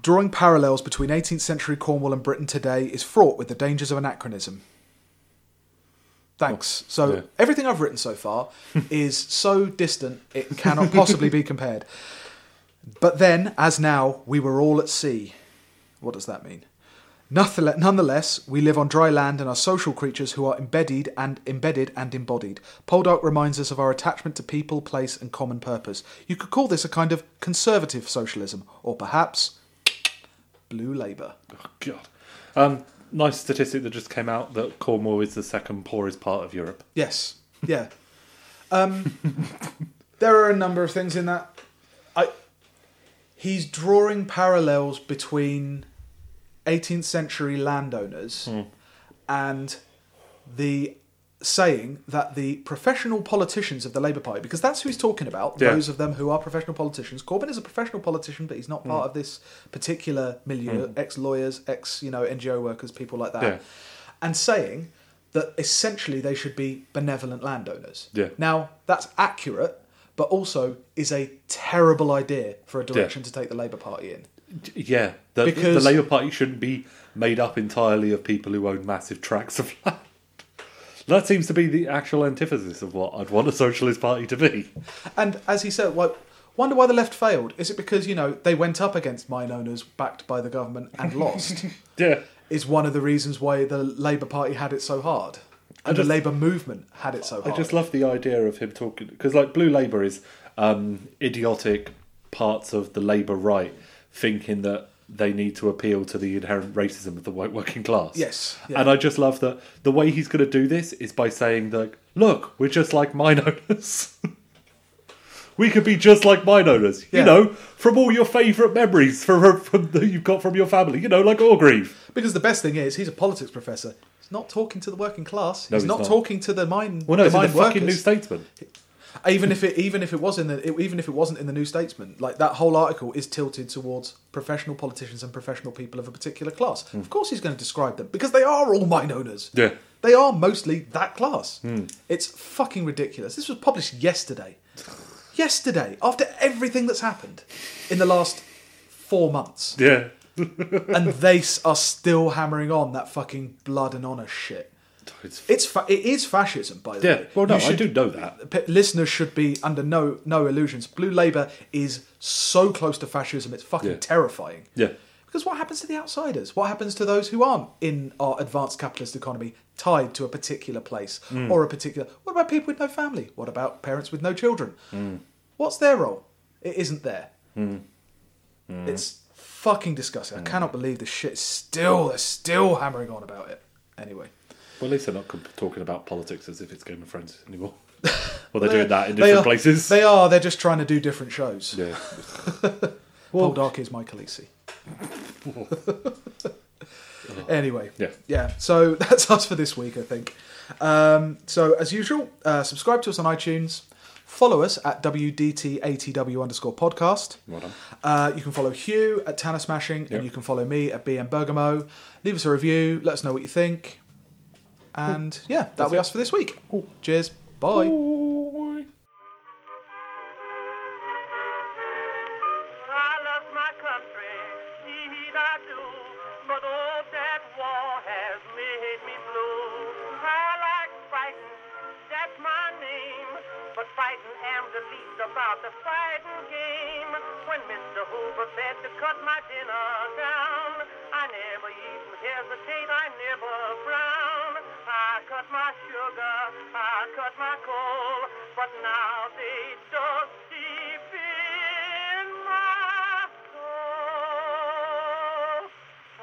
A: Drawing parallels between 18th century Cornwall and Britain today is fraught with the dangers of anachronism. Thanks. So
B: yeah.
A: everything I've written so far is so distant it cannot possibly be compared. But then, as now, we were all at sea. What does that mean? Nothele- Nonetheless, we live on dry land and are social creatures who are embedded and embedded and embodied. Poldark reminds us of our attachment to people, place, and common purpose. You could call this a kind of conservative socialism, or perhaps blue labour.
B: Oh, God. Um, nice statistic that just came out that Cornwall is the second poorest part of Europe.
A: Yes. Yeah. Um, there are a number of things in that. I. He's drawing parallels between 18th century landowners and the saying that the professional politicians of the Labour Party, because that's who he's talking about,
B: Yeah.
A: those of them who are professional politicians. Corbyn is a professional politician, but he's not part of this particular milieu, ex-lawyers, ex, you know, NGO workers, people like that
B: Yeah.
A: and saying that essentially they should be benevolent landowners.
B: Yeah.
A: Now, that's accurate, but also is a terrible idea for a direction to take the Labour Party in.
B: Yeah, the,
A: Because-
B: the Labour Party shouldn't be made up entirely of people who own massive tracts of land. That seems to be the actual antithesis of what I'd want a socialist party to be.
A: And as he said, like, wonder why the left failed? Is it because, you know, they went up against mine owners backed by the government and lost?
B: Yeah,
A: is one of the reasons why the Labour Party had it so hard. And
B: just-
A: the Labour movement had it so hard.
B: I just love the idea of him talking because, like, Blue Labour is um, idiotic parts of the Labour right thinking that they need to appeal to the inherent racism of the white working class.
A: Yes, yeah.
B: and I just love that the way he's going to do this is by saying that, look, we're just like mine owners. we could be just like mine owners,
A: Yeah.
B: you know, from all your favourite memories from, from that you've got from your family, you know, like Orgreave.
A: because the best thing is, he's a politics professor. He's not talking to the working class.
B: No,
A: he's,
B: he's
A: not,
B: not.
A: talking to the mine.
B: Well, no,
A: the
B: it's in the
A: mine
B: fucking New
A: workers.
B: Statesman.
A: even if it even if it was in the it- even if it wasn't in the New Statesman, like that whole article is tilted towards professional politicians and professional people of a particular class. Of course, he's going to describe them because they are all mine owners.
B: Hmm. Yeah. Hmm.
A: they are mostly that class. It's fucking ridiculous. This was published yesterday. Yesterday, after everything that's happened in the last four months.
B: Yeah.
A: and they s- are still hammering on that fucking blood and honor shit.
B: It's f-
A: It's fa- it is fascism, by the
B: yeah.
A: way.
B: Well, no,
A: You should-
B: I do know that.
A: p- listeners should be under no no illusions. Blue Labour is so close to fascism; it's fucking
B: Yeah.
A: terrifying.
B: Yeah.
A: Because what happens to the outsiders? What happens to those who aren't in our advanced capitalist economy tied to a particular place
B: Mm.
A: or a particular? What about people with no family? What about parents with no children?
B: Mm.
A: What's their role? It isn't there.
B: Mm.
A: It's fucking disgusting. I cannot believe this shit. Still, they're still hammering on about it. Anyway.
B: Well, at least they're not com- talking about politics as if it's Game of Thrones anymore. well, they're
A: They-
B: doing that in
A: they
B: different
A: are-
B: places.
A: They are. They're just trying to do different shows.
B: yeah.
A: Paul Dark is my Khaleesi. anyway,
B: Yeah.
A: yeah. So that's us for this week, I think. Um, so as usual, uh, subscribe to us on iTunes. Follow us at WDTATW underscore podcast.
B: Well done.
A: Uh, you can follow Hugh at Tanner Smashing,
B: Yep.
A: and you can follow me at BM Bergamo. Leave us a review. Let us know what you think. And yeah, that'll be us for this week. Cheers. Bye.
C: I love my country, indeed I do. But oh, that war has made me blue. I like fighting, that's my name. But fighting am the least about the fighting game. When Mr. Hoover said to cut my dinner down, I never even hesitate, I never frown. I cut my sugar, I cut my coal, but now they just deep in my soul.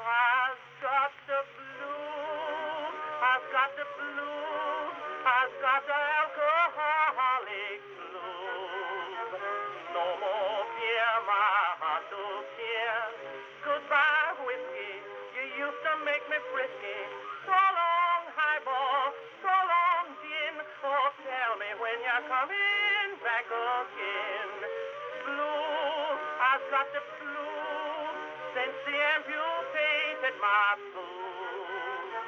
C: I've got the blues, I've got the blues, I've got the alcoholic blues. No more fear, my heart to tear. Goodbye, whiskey, you used to make me frisky. So long, highball, so long, gin. Oh, tell me when you're coming back again blues, I've got the blues since the amputated my blues.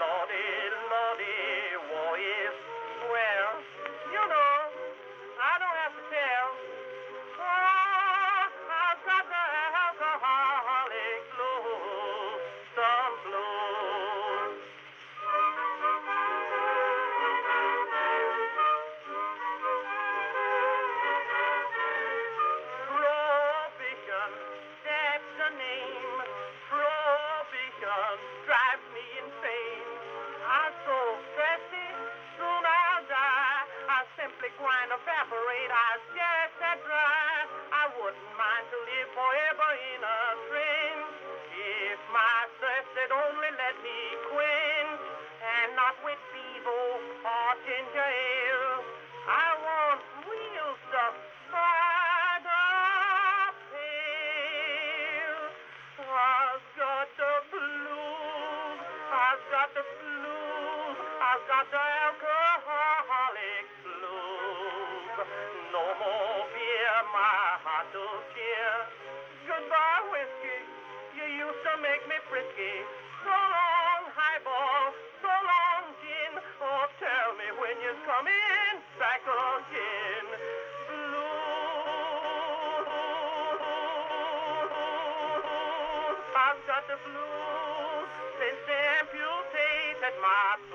C: Lordy, lordy, war is well, you know, I don't have to tell. Oh, I've got the alcoholic blues, some blues. Prohibition, that's the name. Prohibition drives me insane. I'm so thirsty, soon I'll die. I simply grind, evaporate, I just that dry. I wouldn't mind to live forever in a dream. If my thirst had only let me quench, and not with bevo or ginger ale. I want real stuff by the pail. I've got the blues. I've got the blues. I've got the alcoholic blues. No more beer, my heart to cheer. Goodbye, whiskey. You used to make me frisky. So long, highball. So long, gin. Oh, tell me when you're coming back again. Blues. I've got the blues since they amputated my